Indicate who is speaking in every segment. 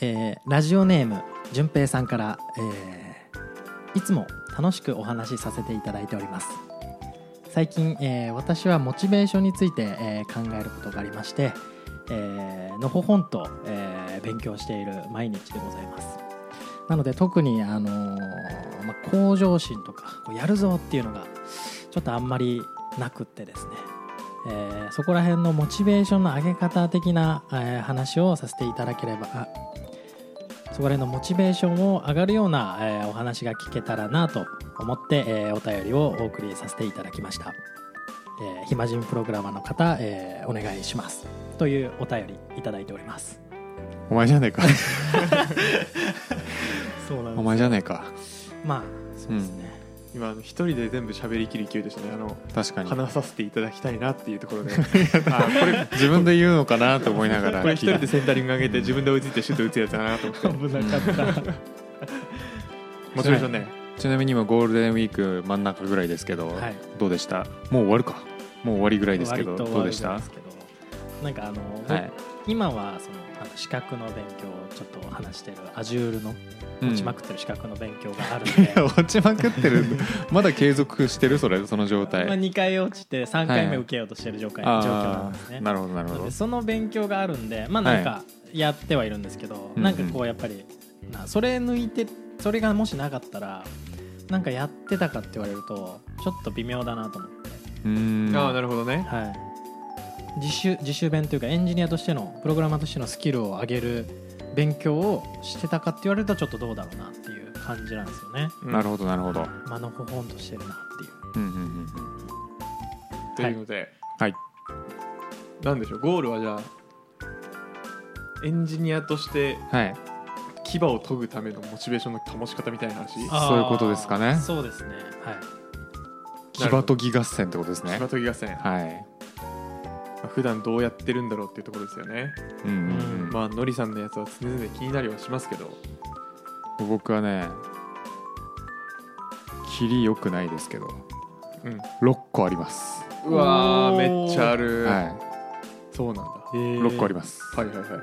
Speaker 1: えーラジオネームじゅんぺいさんから、えーいつも楽しくお話しさせていただいております最近、えー私はモチベーションについて、えー考えることがありまして、えーのほほんと、えー勉強している毎日でございますなので特に、あのーまあ、向上心とかこうやるぞっていうのがちょっとあんまりなくってですねえーそこら辺のモチベーションの上げ方的な、えー話をさせていただければあそこら辺のモチベーションを上がるような、えーお話が聞けたらなと思って、えーお便りをお送りさせていただきました、えー、暇人プログラマーの方、えーお願いしますというお便りいただいております
Speaker 2: お前じゃねえか
Speaker 1: そうな
Speaker 2: お前じゃねえか
Speaker 1: まあそうですね、
Speaker 3: 今あの一人で全部喋りきる勢いでしたねあの
Speaker 2: 確かに
Speaker 3: 話させていただきたいなっていうとこ ろで
Speaker 2: あこれ自分で言うのかなと思いながら
Speaker 3: これ一
Speaker 2: 聞いた
Speaker 3: 人でセンタリング上げて自分で追いついてシュート打つやつだなと思って
Speaker 1: 危なかった、
Speaker 3: モチベーションね
Speaker 2: ちなみに今ゴールデンウィーク真ん中ぐらいですけど、
Speaker 1: はい
Speaker 2: どうでしたもう終わるかもう終わりぐらいですけど
Speaker 1: 割と
Speaker 2: どうでし
Speaker 1: 悪
Speaker 2: た
Speaker 1: いんですけどなんかあの、
Speaker 2: はい、
Speaker 1: 今はそのあの資格の勉強をちょっと話してる Azure の落ちまくってる資格の勉強があるんで、
Speaker 2: うん落ちまくっ てるまだ継続してるそれその状態、
Speaker 1: まあ、2回落ちて3回目受けようとしてる状態、状況なん
Speaker 2: あ
Speaker 1: ですね
Speaker 2: ーなるほどなる
Speaker 1: な
Speaker 2: ほ
Speaker 1: ので
Speaker 2: ど
Speaker 1: その勉強があるんでまあなんかやってはいるんですけど、
Speaker 2: うん
Speaker 1: なんかこうやっぱりなそれ抜いてそれがもしなかったらなんかやってたかって言われるとちょっと微妙だなと思って、
Speaker 2: うーん
Speaker 3: ああなるほどね
Speaker 1: はい、自習自習勉というかエンジニアとしてのプログラマーとしてのスキルを上げる勉強をしてたかって言われるとちょっとどうだろうなっていう感じなんですよね。
Speaker 2: なるほどなるほど、
Speaker 1: まあのほほんとしてるなっていう
Speaker 2: うんうんうんうん
Speaker 3: というので
Speaker 2: はい
Speaker 3: なんでしょうゴールはじゃあエンジニアとして
Speaker 2: はい
Speaker 3: 牙を研ぐためのモチベーションの保ち方みたいな話
Speaker 2: あそういうことですかね
Speaker 1: あーそうですね。はい。
Speaker 2: 騎馬とぎ合戦ってことです
Speaker 3: 牙
Speaker 2: ね
Speaker 3: 研ぎ合戦
Speaker 2: はい
Speaker 3: まあ普段どうやってるんだろうっていうところですよね
Speaker 2: うんうんうん、
Speaker 1: うん
Speaker 3: まあのりさんのやつは常々気になりはしますけど
Speaker 2: 僕はね切り良くないですけど
Speaker 3: うん
Speaker 2: 6個あります、
Speaker 3: うわ
Speaker 1: お
Speaker 3: ー
Speaker 1: ー
Speaker 3: めっちゃある、
Speaker 2: は
Speaker 3: そうなんだ
Speaker 1: え
Speaker 2: い、
Speaker 1: ー
Speaker 2: 6個あります
Speaker 3: はいはいはいはい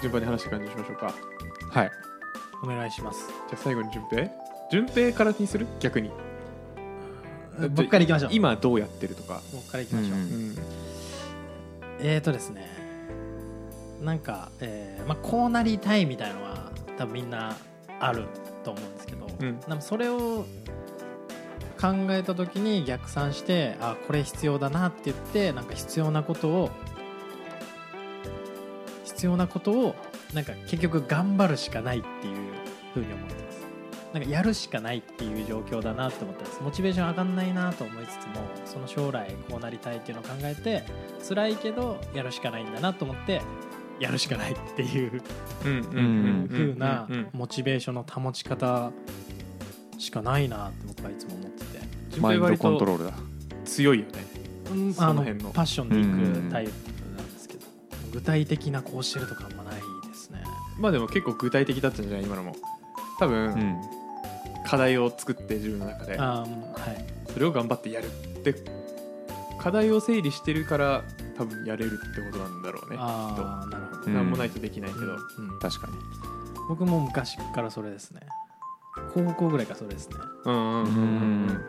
Speaker 3: 順番に話して感じにしましょうか
Speaker 2: はい
Speaker 1: お願いします。
Speaker 3: じゃあ最後に順平順平からにする逆にだって
Speaker 1: 僕からいきましょう。
Speaker 3: 今どうやってるとか
Speaker 1: 僕からいきましょう。
Speaker 2: うん
Speaker 3: うん
Speaker 1: えーとですね。なんか、えーまあ、こうなりたいみたいのは多分みんなあると思うんですけど、
Speaker 3: うん
Speaker 1: でもそれを考えた時に逆算してあこれ必要だなって言ってなんか必要なことを必要なことをなんか結局頑張るしかないっていうふうに思ってますなんかやるしかないっていう状況だなって思ってますモチベーション上がんないなと思いつつもその将来こうなりたいっていうのを考えて辛いけどやるしかないんだなと思ってやるしかないっていう
Speaker 3: うんうん
Speaker 2: うん
Speaker 3: う
Speaker 1: 風
Speaker 3: ん
Speaker 1: な
Speaker 3: うんうん
Speaker 1: モチベーションの保ち方しかないなって僕はいつも思ってて、
Speaker 3: 順
Speaker 2: マイ
Speaker 3: 平
Speaker 2: ンド
Speaker 3: 割
Speaker 2: コントロ
Speaker 3: と
Speaker 2: ールだ
Speaker 3: 強いよねその
Speaker 1: あの
Speaker 3: 辺の
Speaker 1: パッションでいくタイプなんですけど、具体的なこうしてるとかあんまないですね
Speaker 3: まあでも結構具体的だったんじゃない今のも多
Speaker 2: う
Speaker 3: 分
Speaker 2: ん
Speaker 3: 課題を作って自分の中で
Speaker 1: あーうんはい
Speaker 3: それを頑張ってやるって課題を整理してるから多分やれるってことなんだろうねきっ
Speaker 1: ああなるほど、
Speaker 2: う
Speaker 3: と
Speaker 2: ん
Speaker 3: 何もないとできないけど
Speaker 1: うん
Speaker 2: 確かに
Speaker 1: 僕も昔からそれですね高校ぐらいからそれですね
Speaker 3: うんうんうんうん
Speaker 2: う
Speaker 3: う
Speaker 2: ん
Speaker 3: ん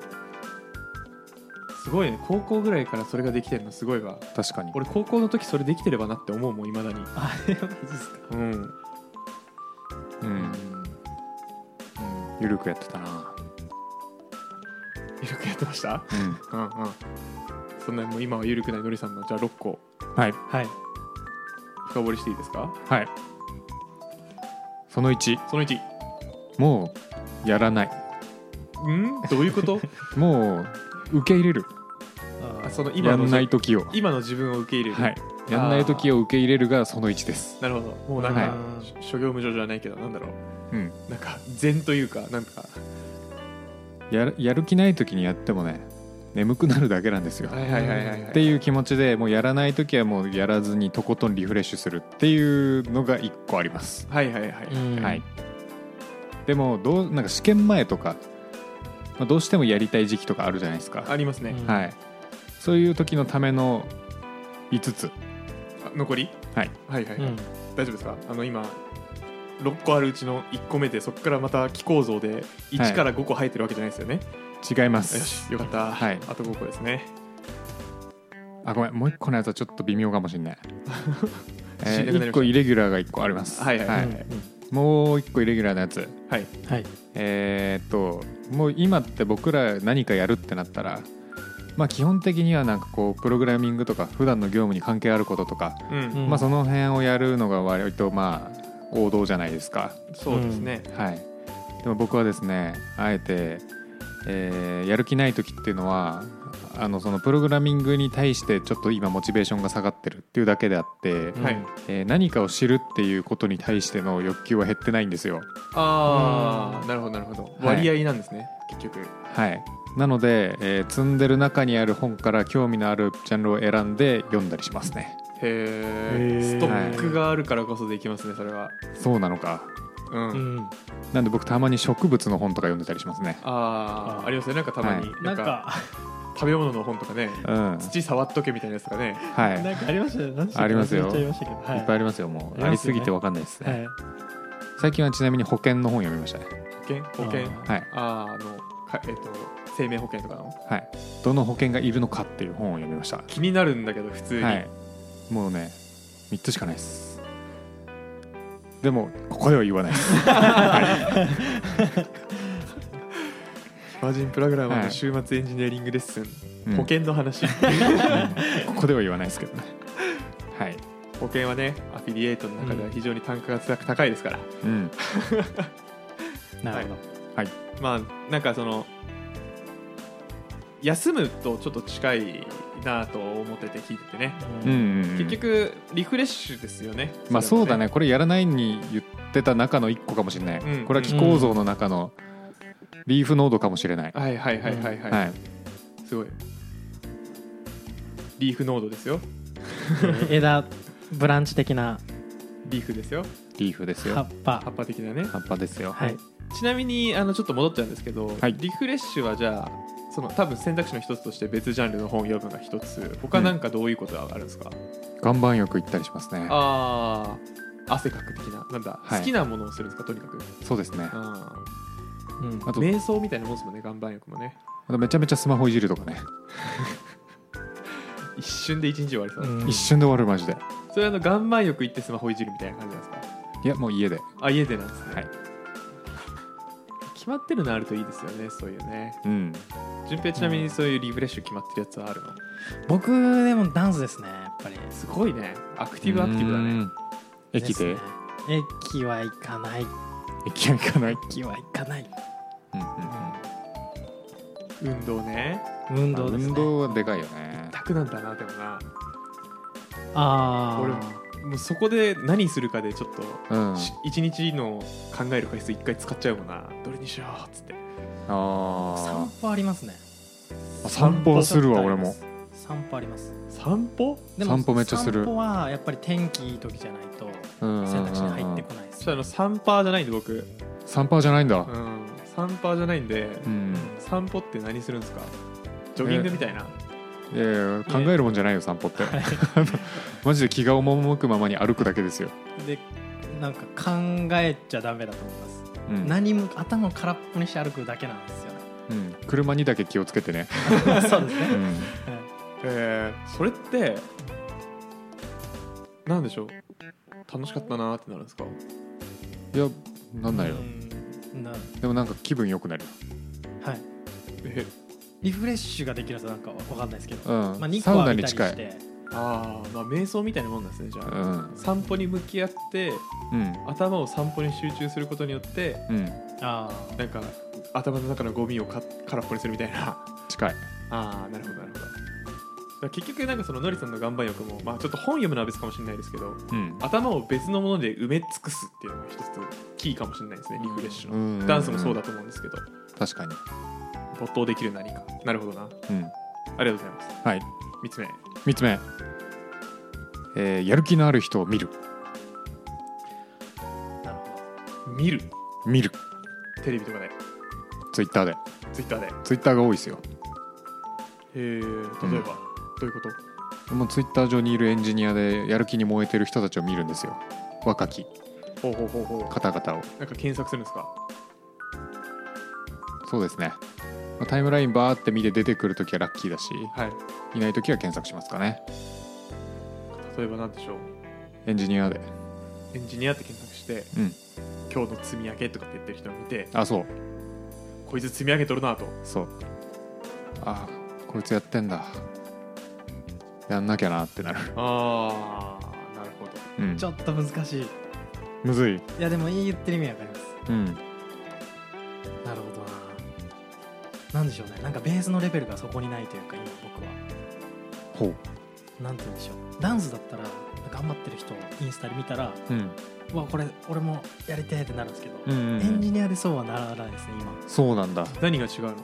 Speaker 3: すごいね高校ぐらいからそれができてるのすごいわ
Speaker 2: 確かに
Speaker 3: 俺高校の時それできてればなって思うもんいまだに
Speaker 1: あれマジですか
Speaker 3: うん
Speaker 2: うん
Speaker 1: うん
Speaker 2: ゆるくやってたな
Speaker 3: 緩くやってました
Speaker 2: う
Speaker 3: うんうんそんなもう今は緩くないのりさんのじゃあ6個
Speaker 2: んはい
Speaker 1: はい
Speaker 3: 深掘りしていいですか
Speaker 2: はいその1
Speaker 3: その1
Speaker 2: もうやらない
Speaker 3: うんどういうこと
Speaker 2: もう受け入れる
Speaker 3: あその今
Speaker 2: や
Speaker 3: の
Speaker 2: んない時を
Speaker 3: 今の自分を受け入れる、
Speaker 2: はいやんない時を受け入れるがその1です
Speaker 3: なるほどもうなんか、
Speaker 2: はい
Speaker 3: し諸行無常じゃないけどなんだろ
Speaker 2: うん
Speaker 3: うなんか禅というかなんか
Speaker 2: やるやる気ない時にやってもね眠くなるだけなんですよ
Speaker 3: はいはいはいはい、はい、
Speaker 2: っていう気持ちでもうやらない時はもうやらずにとことんリフレッシュするっていうのが1個あります、
Speaker 3: はいはいはい、
Speaker 1: うん
Speaker 2: はいでもどうなんか試験前とか、まあどうしてもやりたい時期とかあるじゃないですか、
Speaker 3: ありますね、
Speaker 1: うん
Speaker 2: はい、そういう時のための5つ
Speaker 3: あ残り、
Speaker 2: はい、
Speaker 3: はいはいうはい、
Speaker 1: ん
Speaker 3: 大丈夫ですかあの今6個あるうちの1個目でそこからまた気構造で
Speaker 2: はい
Speaker 3: 1から5個生えてるわけじゃないですよね、
Speaker 2: 違います
Speaker 3: よしよかった、
Speaker 2: はい
Speaker 3: あと5個ですね
Speaker 2: あごめんもう一個のやつはちょっと微妙かもしれ ない、え
Speaker 3: 自信なくなりました
Speaker 2: 1個イレギュラーが1個あります
Speaker 3: はいはいは
Speaker 1: う
Speaker 3: い
Speaker 1: ん
Speaker 2: もう1個イレギュラーなやつ
Speaker 3: はい
Speaker 1: うんはい
Speaker 2: えーっともう今って僕ら何かやるってなったらまあ基本的にはなんかこうプログラミングとか普段の業務に関係あることとか、
Speaker 3: うん、
Speaker 1: うん
Speaker 2: まあその辺をやるのが割とまあ王道じゃないですか
Speaker 3: そうですね、
Speaker 2: はい、でも僕はですねあえて、えーやる気ない時っていうのはあのそのプログラミングに対してちょっと今モチベーションが下がってるっていうだけであって、
Speaker 1: うん
Speaker 3: はい
Speaker 2: えー何かを知るっていうことに対しての欲求は減ってないんですよ
Speaker 3: ああなるほどなるほど
Speaker 2: はい
Speaker 3: 割合なんですね、結局
Speaker 2: はいなので、えー積んでる中にある本から興味のあるジャンルを選んで読んだりしますね
Speaker 3: へえ
Speaker 1: へー
Speaker 3: ストックがあるからこそできますねそれは
Speaker 2: そうなのか
Speaker 3: うん、
Speaker 1: うん
Speaker 2: なんで僕たまに植物の本とか読んでたりしますね
Speaker 3: あ
Speaker 1: あ
Speaker 3: あありますよねなんかたまに、
Speaker 2: は
Speaker 3: な
Speaker 1: なんん
Speaker 3: か
Speaker 1: か
Speaker 3: 食べ物の本とかね
Speaker 2: うん
Speaker 3: 土触っとけみたいなやつとかね
Speaker 2: はい
Speaker 1: なんかありましたよね
Speaker 2: ありますよ
Speaker 1: 忘れちゃいましたけどはい
Speaker 2: いっぱいありますよもう
Speaker 1: あ
Speaker 2: あ
Speaker 1: りま
Speaker 2: り
Speaker 1: すよね
Speaker 2: すぎてわかんないですね、
Speaker 1: はい
Speaker 2: 最近はちなみに保険の本読みましたね
Speaker 3: 保険保険
Speaker 1: あ
Speaker 2: はい
Speaker 3: あーあのかえっ、と生命保険とかの
Speaker 2: はい、どの保険がいるのかっていう本を読みました、
Speaker 3: 気になるんだけど普通に、
Speaker 2: はい、もうね3つしかないですでもここでは言わないです
Speaker 3: マジンプログラマー
Speaker 2: は
Speaker 3: の
Speaker 2: い
Speaker 3: 週末エンジニアリングレッスン、
Speaker 2: うん
Speaker 3: 保険の話
Speaker 2: ここでは言わないですけどねはい、
Speaker 3: 保険はねアフィリエイトの中では非常に単価が高いですから、
Speaker 2: うん、
Speaker 1: なるほ
Speaker 3: まあなんかその休むとちょっと近いなと思ってて聞いててね
Speaker 1: ど
Speaker 2: うんうんうん
Speaker 3: 結局リフレッシュですよね、
Speaker 2: まあそうだ
Speaker 3: れは
Speaker 2: ねこれやらないに言ってた中の1個かもしれない、
Speaker 3: うん
Speaker 2: これは気構造の中のリーフノードかもしれない、
Speaker 3: はいはいはいはいはい、
Speaker 2: はい、
Speaker 3: すごいリーフノードですよ
Speaker 1: えー 枝ブランチ的な
Speaker 3: リーフですよ
Speaker 2: リーフです
Speaker 1: 葉
Speaker 2: よ
Speaker 1: っぱ
Speaker 3: 葉っぱ的なね
Speaker 2: 葉っぱですよ
Speaker 1: はい
Speaker 3: ちなみにあのちょっと戻っちゃうんですけど、
Speaker 2: はい
Speaker 3: リフレッシュはじゃあその多分選択肢の一つとして別ジャンルの本を読むが一つ他なんかどういうことがあるんですか、
Speaker 2: 岩盤浴行ったりしますね
Speaker 3: ああ汗かく的ななんだ、
Speaker 2: はい
Speaker 3: 好きなものをするんですかとにかく
Speaker 2: そうですねあ
Speaker 3: あー
Speaker 1: うん
Speaker 2: と
Speaker 3: 瞑想みたいなもんですもんね岩盤浴もね
Speaker 2: あとめちゃめちゃスマホいじるとかね、
Speaker 3: 一瞬で一日終わりそう、
Speaker 1: うん
Speaker 2: 一瞬で終わるマジで
Speaker 3: それはあの岩盤浴行ってスマホいじるみたいな感じなんですか
Speaker 2: いやもう家で
Speaker 3: あ家でなんですね、
Speaker 2: はい
Speaker 3: 決まってるのあるといいですよねそういうね
Speaker 2: うん
Speaker 3: 順平ちなみにそういうリフレッシュ決まってるやつはあるの
Speaker 1: 僕でもダンスですねやっぱり
Speaker 3: すごいねアクティブアクティブだ
Speaker 2: う
Speaker 3: ね
Speaker 2: ん駅
Speaker 1: す
Speaker 2: で
Speaker 1: ね駅は行かない
Speaker 2: 駅は行かない、
Speaker 1: 駅は行かない
Speaker 3: 運動ね
Speaker 1: 運
Speaker 2: まあ
Speaker 1: 動ですね
Speaker 2: 運動はでかいよね
Speaker 3: 楽なんだなでもな
Speaker 1: ああ
Speaker 3: 俺ももうそこで何するかでちょっと
Speaker 2: うんあ
Speaker 3: し一、日の考える回数一回使っちゃうもんなどれにしようっつって
Speaker 1: 散
Speaker 2: あ
Speaker 1: 歩ありますね
Speaker 2: 散歩するわ
Speaker 3: 散歩
Speaker 2: 俺も
Speaker 1: 散歩あります
Speaker 3: 散歩
Speaker 2: 散歩めっちゃする
Speaker 1: 散歩はやっぱり天気いい時じゃないと
Speaker 2: うん
Speaker 1: 選択肢に入ってこないです
Speaker 3: ちょっとあの3パーじゃないんで僕、うん、
Speaker 2: 散歩じゃないんだ
Speaker 3: 3パーじゃないんで、
Speaker 2: うん
Speaker 3: 散歩って何するんですかジョギングみたいな、
Speaker 2: いやいや考えるもんじゃないよ散歩って マジで気が赴くままに歩くだけですよ
Speaker 1: でなんか考えちゃダメだと思います
Speaker 2: うん
Speaker 1: 何も頭を空っぽにして歩くだけなんですよ ね
Speaker 2: うん車にだけ気をつけてね
Speaker 1: そうですね
Speaker 2: う、ん
Speaker 1: はい
Speaker 3: えーそれってなんでしょう楽しかったなーってなるんですか
Speaker 2: いやなんないよ
Speaker 1: うんな
Speaker 2: でもなんか気分良くなる
Speaker 1: はい
Speaker 3: え
Speaker 1: リフレッシュができるとなんかわかんないですけど、
Speaker 2: うん
Speaker 1: まあ、2
Speaker 2: サ
Speaker 1: 個
Speaker 2: ウ
Speaker 1: は
Speaker 2: ナ
Speaker 1: 見
Speaker 2: に
Speaker 1: たり
Speaker 2: 近
Speaker 1: し
Speaker 2: い
Speaker 1: て
Speaker 3: ああまあ瞑想みたいなもんなんですねじゃ
Speaker 2: う
Speaker 3: あ、
Speaker 2: ん
Speaker 3: 散歩に向き合って
Speaker 2: うん
Speaker 3: 頭を散歩に集中することによって
Speaker 2: うん
Speaker 1: ああ
Speaker 3: なんか頭の中のゴミをか空っぽにするみたいな
Speaker 2: 近い
Speaker 3: ああなるほどなるほどだから結局なんかそののりさんの岩盤浴もまあちょっと本読むのは別かもしれないですけど
Speaker 2: うん
Speaker 3: 頭を別のもので埋め尽くすっていうのが一つキーかもしれないですねリフレッシュの、
Speaker 2: うん
Speaker 3: ダンスもそうだと思うんですけど
Speaker 2: 確かに
Speaker 3: 没頭できる何かなるほどな
Speaker 2: うん
Speaker 3: ありがとうございます
Speaker 2: はい
Speaker 3: 3つ目
Speaker 2: 3つ目、えーやる気のある人を見る
Speaker 1: なるほど
Speaker 3: 見る
Speaker 2: 見る
Speaker 3: テレビとかで
Speaker 2: ツイッターで
Speaker 3: ツイッターでへ
Speaker 2: ツイッターが多いですよ
Speaker 3: え例えば、
Speaker 2: うん
Speaker 3: どういうこと
Speaker 2: もうツイッター上にいるエンジニアでやる気に燃えてる人たちを見るんですよ若き
Speaker 3: ほうほうほうほう
Speaker 2: 方々を
Speaker 3: なんか検索するんですか
Speaker 2: そうですねまあタイムラインバーって見て出てくるときはラッキーだし
Speaker 3: はい
Speaker 2: いないときは検索しますかね
Speaker 3: 例えば何でしょう
Speaker 2: エンジニアで
Speaker 3: エンジニアって検索して
Speaker 2: うん
Speaker 3: 今日の積み上げとかって言ってる人を見て
Speaker 2: あそう
Speaker 3: こいつ積み上げとるなと
Speaker 2: そうあこいつやってんだやんなきゃなってなる
Speaker 3: ああなるほど
Speaker 2: うん
Speaker 1: ちょっと難しいい
Speaker 2: むずい
Speaker 1: やでも言ってる意味わかります
Speaker 2: うん
Speaker 1: なるほどななんでしょうねなんかベースのレベルがそこにないというか今僕は
Speaker 2: ほう
Speaker 1: なんて言うんでしょうダンスだったら頑張ってる人をインスタで見たら
Speaker 2: うん
Speaker 1: うわこれ俺もやりてえってなるんですけど、
Speaker 2: うんうんうん
Speaker 1: エンジニアでそうはならないですね今
Speaker 2: そうなんだ
Speaker 3: 何が違うの
Speaker 1: なんか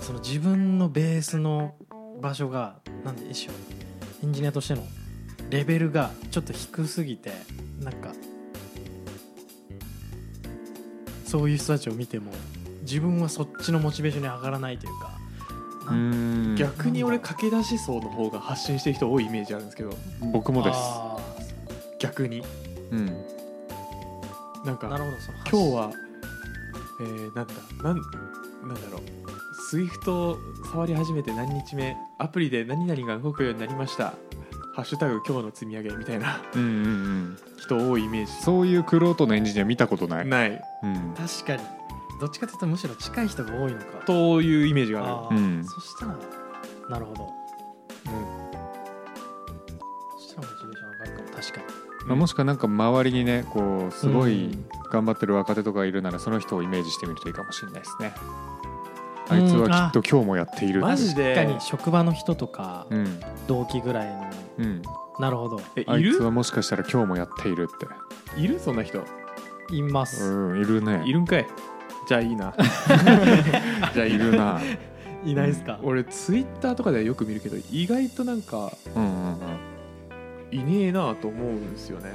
Speaker 1: その自分のベースの場所がなんで一緒エンジニアとしてのレベルがちょっと低すぎてなんかそういう人たちを見ても自分はそっちのモチベーションに上がらないというか
Speaker 2: うーん
Speaker 3: 逆に俺駆け出し層の方が発信してる人多いイメージあるんですけど
Speaker 2: 僕もです
Speaker 1: あ
Speaker 3: 逆に
Speaker 2: うん
Speaker 3: な
Speaker 1: ー
Speaker 3: ん
Speaker 1: な
Speaker 3: か
Speaker 1: るほどその
Speaker 3: 今日はえー、なんだなんなんだろう SWIFT を触り始めて何日目アプリで何々が動くようになりました「ハッシュタグ今日の積み上げ」みたいな
Speaker 2: うんうんうん
Speaker 3: 人多いイメージ
Speaker 2: そういうクロートのエンジニア見たことない
Speaker 3: ない
Speaker 2: うん
Speaker 1: 確かにどっちかというとむしろ近い人が多いのか
Speaker 3: というイメージがある
Speaker 1: ああ、
Speaker 2: うん
Speaker 1: そしたらなるほど
Speaker 3: うん
Speaker 1: そしたらモチベーション上がるかも確かに
Speaker 2: まあもしくはなんか周りにねこうすご
Speaker 1: う
Speaker 2: い
Speaker 1: ん
Speaker 2: 頑張ってる若手とかいるならその人をイメージしてみるといいかもしれないですねあいつはきっと今日もやっている
Speaker 3: マジで
Speaker 1: 確かに職場の人とか
Speaker 2: うん
Speaker 1: 同期ぐらいの
Speaker 2: うん
Speaker 1: なるほど
Speaker 3: え
Speaker 2: あ
Speaker 3: い
Speaker 2: いつ
Speaker 3: る
Speaker 2: はもしかしたら今日もやっているって
Speaker 3: いるそんな人
Speaker 1: います
Speaker 2: うんいるね
Speaker 3: いるんかいじゃあいいなじゃあい
Speaker 2: い
Speaker 3: る
Speaker 2: るな
Speaker 1: いないですか
Speaker 3: 俺ツイッターとかではよく見るけど意外となんか
Speaker 2: うんうんうん
Speaker 3: いねえなと思うんですよね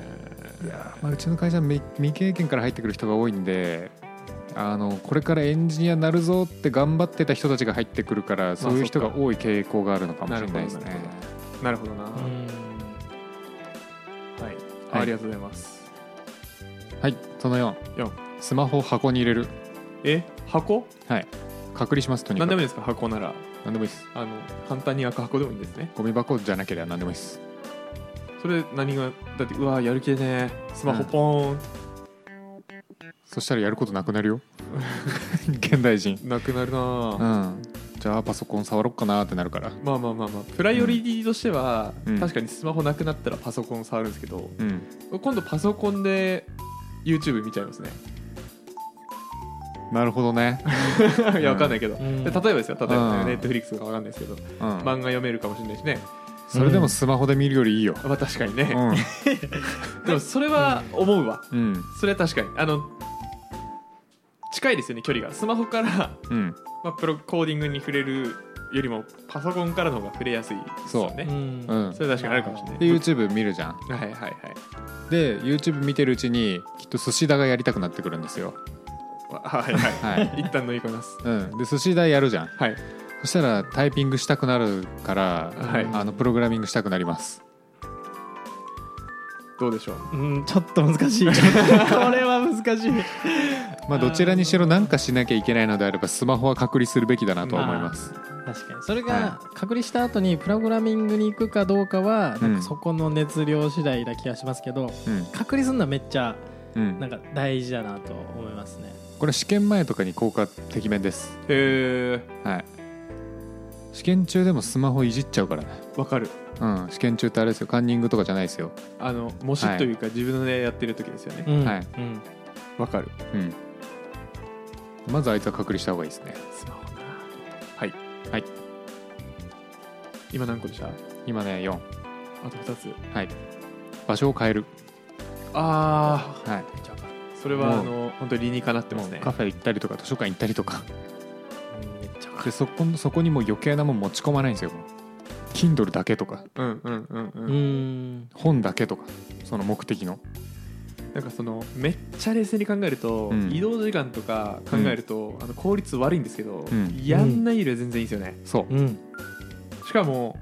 Speaker 2: いやーまあ、うちの会社は未未経験から入ってくる人が多いんであのこれからエンジニアになるぞって頑張ってた人たちが入ってくるからそういう人が多い傾向があるのかもしれないです
Speaker 3: な
Speaker 2: ね
Speaker 3: るほ。なるほどな、
Speaker 1: うーん
Speaker 3: は
Speaker 2: は
Speaker 3: い、
Speaker 2: い
Speaker 3: ありがとうございます
Speaker 2: はいその4
Speaker 3: 四
Speaker 2: スマホを箱に入れる
Speaker 3: え箱
Speaker 2: はい隔離しますとにか
Speaker 3: 何
Speaker 2: く
Speaker 3: でもいいですか箱なら
Speaker 2: 何でもいいです
Speaker 3: あの簡単に開く箱でもいいんですね
Speaker 2: ゴミ箱じゃなければ何でもいいです
Speaker 3: それ何がだってうわーやる気でねスマホポーン、
Speaker 2: そしたらやることなくなるよ 現代人
Speaker 3: なくなるな
Speaker 2: う
Speaker 3: あ、
Speaker 2: んじゃあパソコン触ろっかなってなるから
Speaker 3: まあまあまあまあプライオリティとしては、
Speaker 2: うん
Speaker 3: 確かにスマホなくなったらパソコン触るんですけど、
Speaker 2: うん
Speaker 3: 今度パソコンで YouTube 見ちゃいますね
Speaker 2: なるほどね、
Speaker 3: いやわかんないけど、
Speaker 1: うん
Speaker 3: で例えばですよ例えば、
Speaker 2: うん
Speaker 3: ね、Netflix とかわかんないですけど
Speaker 2: うん
Speaker 3: 漫画読めるかもしれないしね
Speaker 2: それでもスマホで見るよりいいよ、
Speaker 3: まあ確かに
Speaker 2: う
Speaker 3: ね、
Speaker 2: ん
Speaker 3: でもそれは思うわ
Speaker 2: うん
Speaker 3: それは確かにあの近いですよね距離がスマホから、ま
Speaker 2: うん
Speaker 3: あ、プロコーディングに触れるよりもパソコンからの方が触れやすいですよ
Speaker 1: う
Speaker 3: ね
Speaker 1: ん
Speaker 2: うん
Speaker 3: それは確かにあるかもしれない
Speaker 2: で YouTube 見るじゃん
Speaker 3: はいはいはい
Speaker 2: で YouTube 見てるうちにきっと寿司だがやりたくなってくるんですよ
Speaker 3: わはいはい
Speaker 2: はい、
Speaker 3: 一旦乗り込みます
Speaker 2: うん、で寿司だやるじゃん
Speaker 3: はい
Speaker 2: そしたらタイピングしたくなるから、
Speaker 3: はい
Speaker 2: あのプログラミングしたくなります
Speaker 3: どうでしょう
Speaker 1: うんちょっと難 しいこれは難しい
Speaker 2: まあどちらにしろ何かしなきゃいけないのであればスマホは隔離するべきだなとは思います、
Speaker 1: 確かにそれが隔離した後にプログラミングに行くかどうかはなんかそこの熱量次第な気がしますけど
Speaker 2: うん
Speaker 1: 隔離するのはめっちゃ
Speaker 2: うん
Speaker 1: なんか大事だなと思いますね
Speaker 2: これ試験前とかに効果的面です
Speaker 3: へえ
Speaker 2: はい試験中でもスマホいじっちゃうからね
Speaker 3: わかる
Speaker 2: うん試験中ってあれですよカンニングとかじゃないですよ
Speaker 3: あの模試というか自分でやってる時ですよね
Speaker 1: うん
Speaker 2: はい
Speaker 1: うん
Speaker 3: わかる
Speaker 2: うんまずあいつは隔離した方がいいですね
Speaker 3: スマホなはい
Speaker 2: はい
Speaker 3: 今何個でしたあ
Speaker 2: 今ね4
Speaker 3: と2つ
Speaker 2: はい場所を変える
Speaker 3: ああ
Speaker 2: はい
Speaker 3: それはあ
Speaker 2: も
Speaker 3: の本当に理にかなってま
Speaker 2: も
Speaker 3: す
Speaker 2: う
Speaker 3: ね
Speaker 2: カフェ行ったりとか図書館行ったりとか
Speaker 1: めっちゃ
Speaker 2: でそこそこにもう余計なもん持ち込まないんですよもう Kindle だけとか
Speaker 3: うんうんうんうん
Speaker 1: うん
Speaker 2: 本だけとかその目的の
Speaker 3: なんかそのめっちゃ冷静に考えると、
Speaker 2: うん
Speaker 3: 移動時間とか考えると、あの効率悪いんですけど、
Speaker 2: うん
Speaker 3: やんないよりは全然いいですよね、
Speaker 2: そう
Speaker 1: うん
Speaker 3: しかも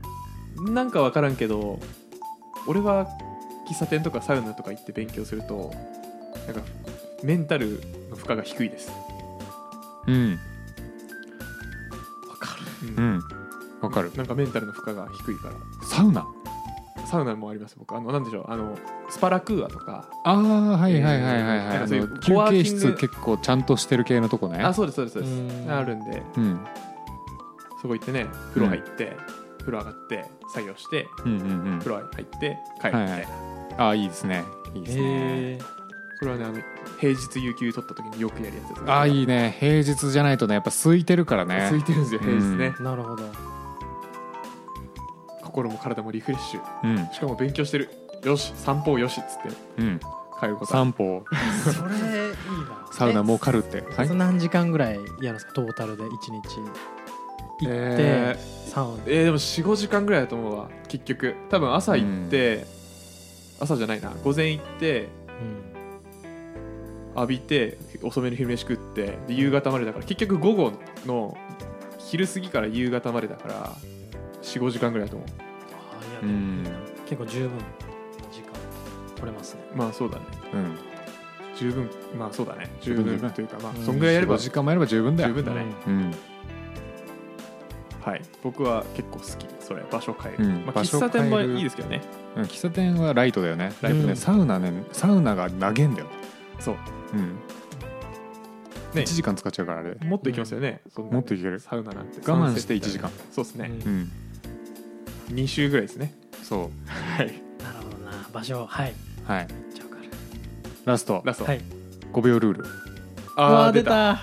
Speaker 3: なんか分からんけど俺は喫茶店とかサウナとか行って勉強するとなんかメンタルの負荷が低いです
Speaker 2: うん
Speaker 3: わかる
Speaker 2: う、んわかる
Speaker 3: なんかメンタルの負荷が低いか
Speaker 2: サウナ
Speaker 3: らサウナもあります僕あのなんでしょうあのスパラクーアとか
Speaker 2: ああはいはいはいはいはい
Speaker 3: えーなんか
Speaker 2: あ
Speaker 3: そういう
Speaker 2: の
Speaker 3: コワー
Speaker 2: 休
Speaker 3: キ
Speaker 2: 憩
Speaker 3: ング
Speaker 2: 室結構ちゃんとしてる系のとこね
Speaker 3: あそうですそうですそうです
Speaker 1: うん
Speaker 3: あるんで
Speaker 2: うん
Speaker 3: そこ行ってね風呂入って、風呂上がって作業して
Speaker 2: うんうんうん
Speaker 3: 風呂入って帰るみたいな、
Speaker 2: はいはいああいいですねいいですね
Speaker 1: え
Speaker 3: これはねあの平日有給取った時によくやるやつです
Speaker 2: ああいいね平日じゃないとねやっぱ空いてるからね
Speaker 3: 空いてるんですよ平日ね、
Speaker 1: なるほど
Speaker 3: 心も体もリフレッシュ
Speaker 2: うん
Speaker 3: しかも勉強してるよし散歩をよしっつって
Speaker 2: うん
Speaker 3: 帰ることあ
Speaker 2: 散
Speaker 3: る
Speaker 2: 歩
Speaker 1: それいいな
Speaker 2: サウナ儲かるって
Speaker 1: え
Speaker 2: はい
Speaker 1: その何時間ぐらいやるんですかトータルで1日行って、
Speaker 3: え
Speaker 1: サウナ
Speaker 3: ーえーでも45時間ぐらいだと思うわ結局多分朝行って、朝じゃないな午前行って
Speaker 1: うん
Speaker 3: 浴びて遅めの昼飯食ってで夕方までだから結局午後の昼過ぎから夕方までだから45時間ぐらいだと思う
Speaker 1: あいや
Speaker 2: う
Speaker 1: でも
Speaker 2: ん
Speaker 1: 結構十分な時間取れますね
Speaker 3: まあそうだね
Speaker 2: うん
Speaker 3: 十分まあそうだね十
Speaker 2: 十
Speaker 3: 分
Speaker 2: 分
Speaker 3: というかまあ
Speaker 1: うん
Speaker 3: そんぐらいやれば
Speaker 2: 45時間もやれば十分だよ
Speaker 3: 十分だね、
Speaker 2: うん
Speaker 3: はい僕は結構好きそれ場所変える、
Speaker 2: うん
Speaker 3: まあ、
Speaker 2: 場
Speaker 3: 喫
Speaker 2: 所
Speaker 3: 茶店も
Speaker 2: 変える
Speaker 3: いいですけどね
Speaker 2: うん喫茶店はライトだよねライト
Speaker 1: う
Speaker 2: ね
Speaker 1: ん
Speaker 2: サウナねサウナが長げんだよ
Speaker 3: そう
Speaker 2: うん
Speaker 3: ね
Speaker 2: 1時間使っちゃうからあれ
Speaker 3: もっといきますよね、そんな
Speaker 2: もっといける
Speaker 3: サウナなんて
Speaker 2: 我慢して
Speaker 3: サンセット
Speaker 2: 1
Speaker 3: みたいなそうですね、
Speaker 2: うん
Speaker 3: 2週ぐらいですね
Speaker 2: そ
Speaker 3: はい
Speaker 1: なるほどな場所はい
Speaker 2: うんはい
Speaker 1: じゃあわかる
Speaker 2: ラスト
Speaker 3: ラスト、
Speaker 1: はい
Speaker 2: 5秒ルール
Speaker 3: あ
Speaker 1: わ
Speaker 3: あ
Speaker 1: ー
Speaker 3: 出
Speaker 1: 出
Speaker 3: た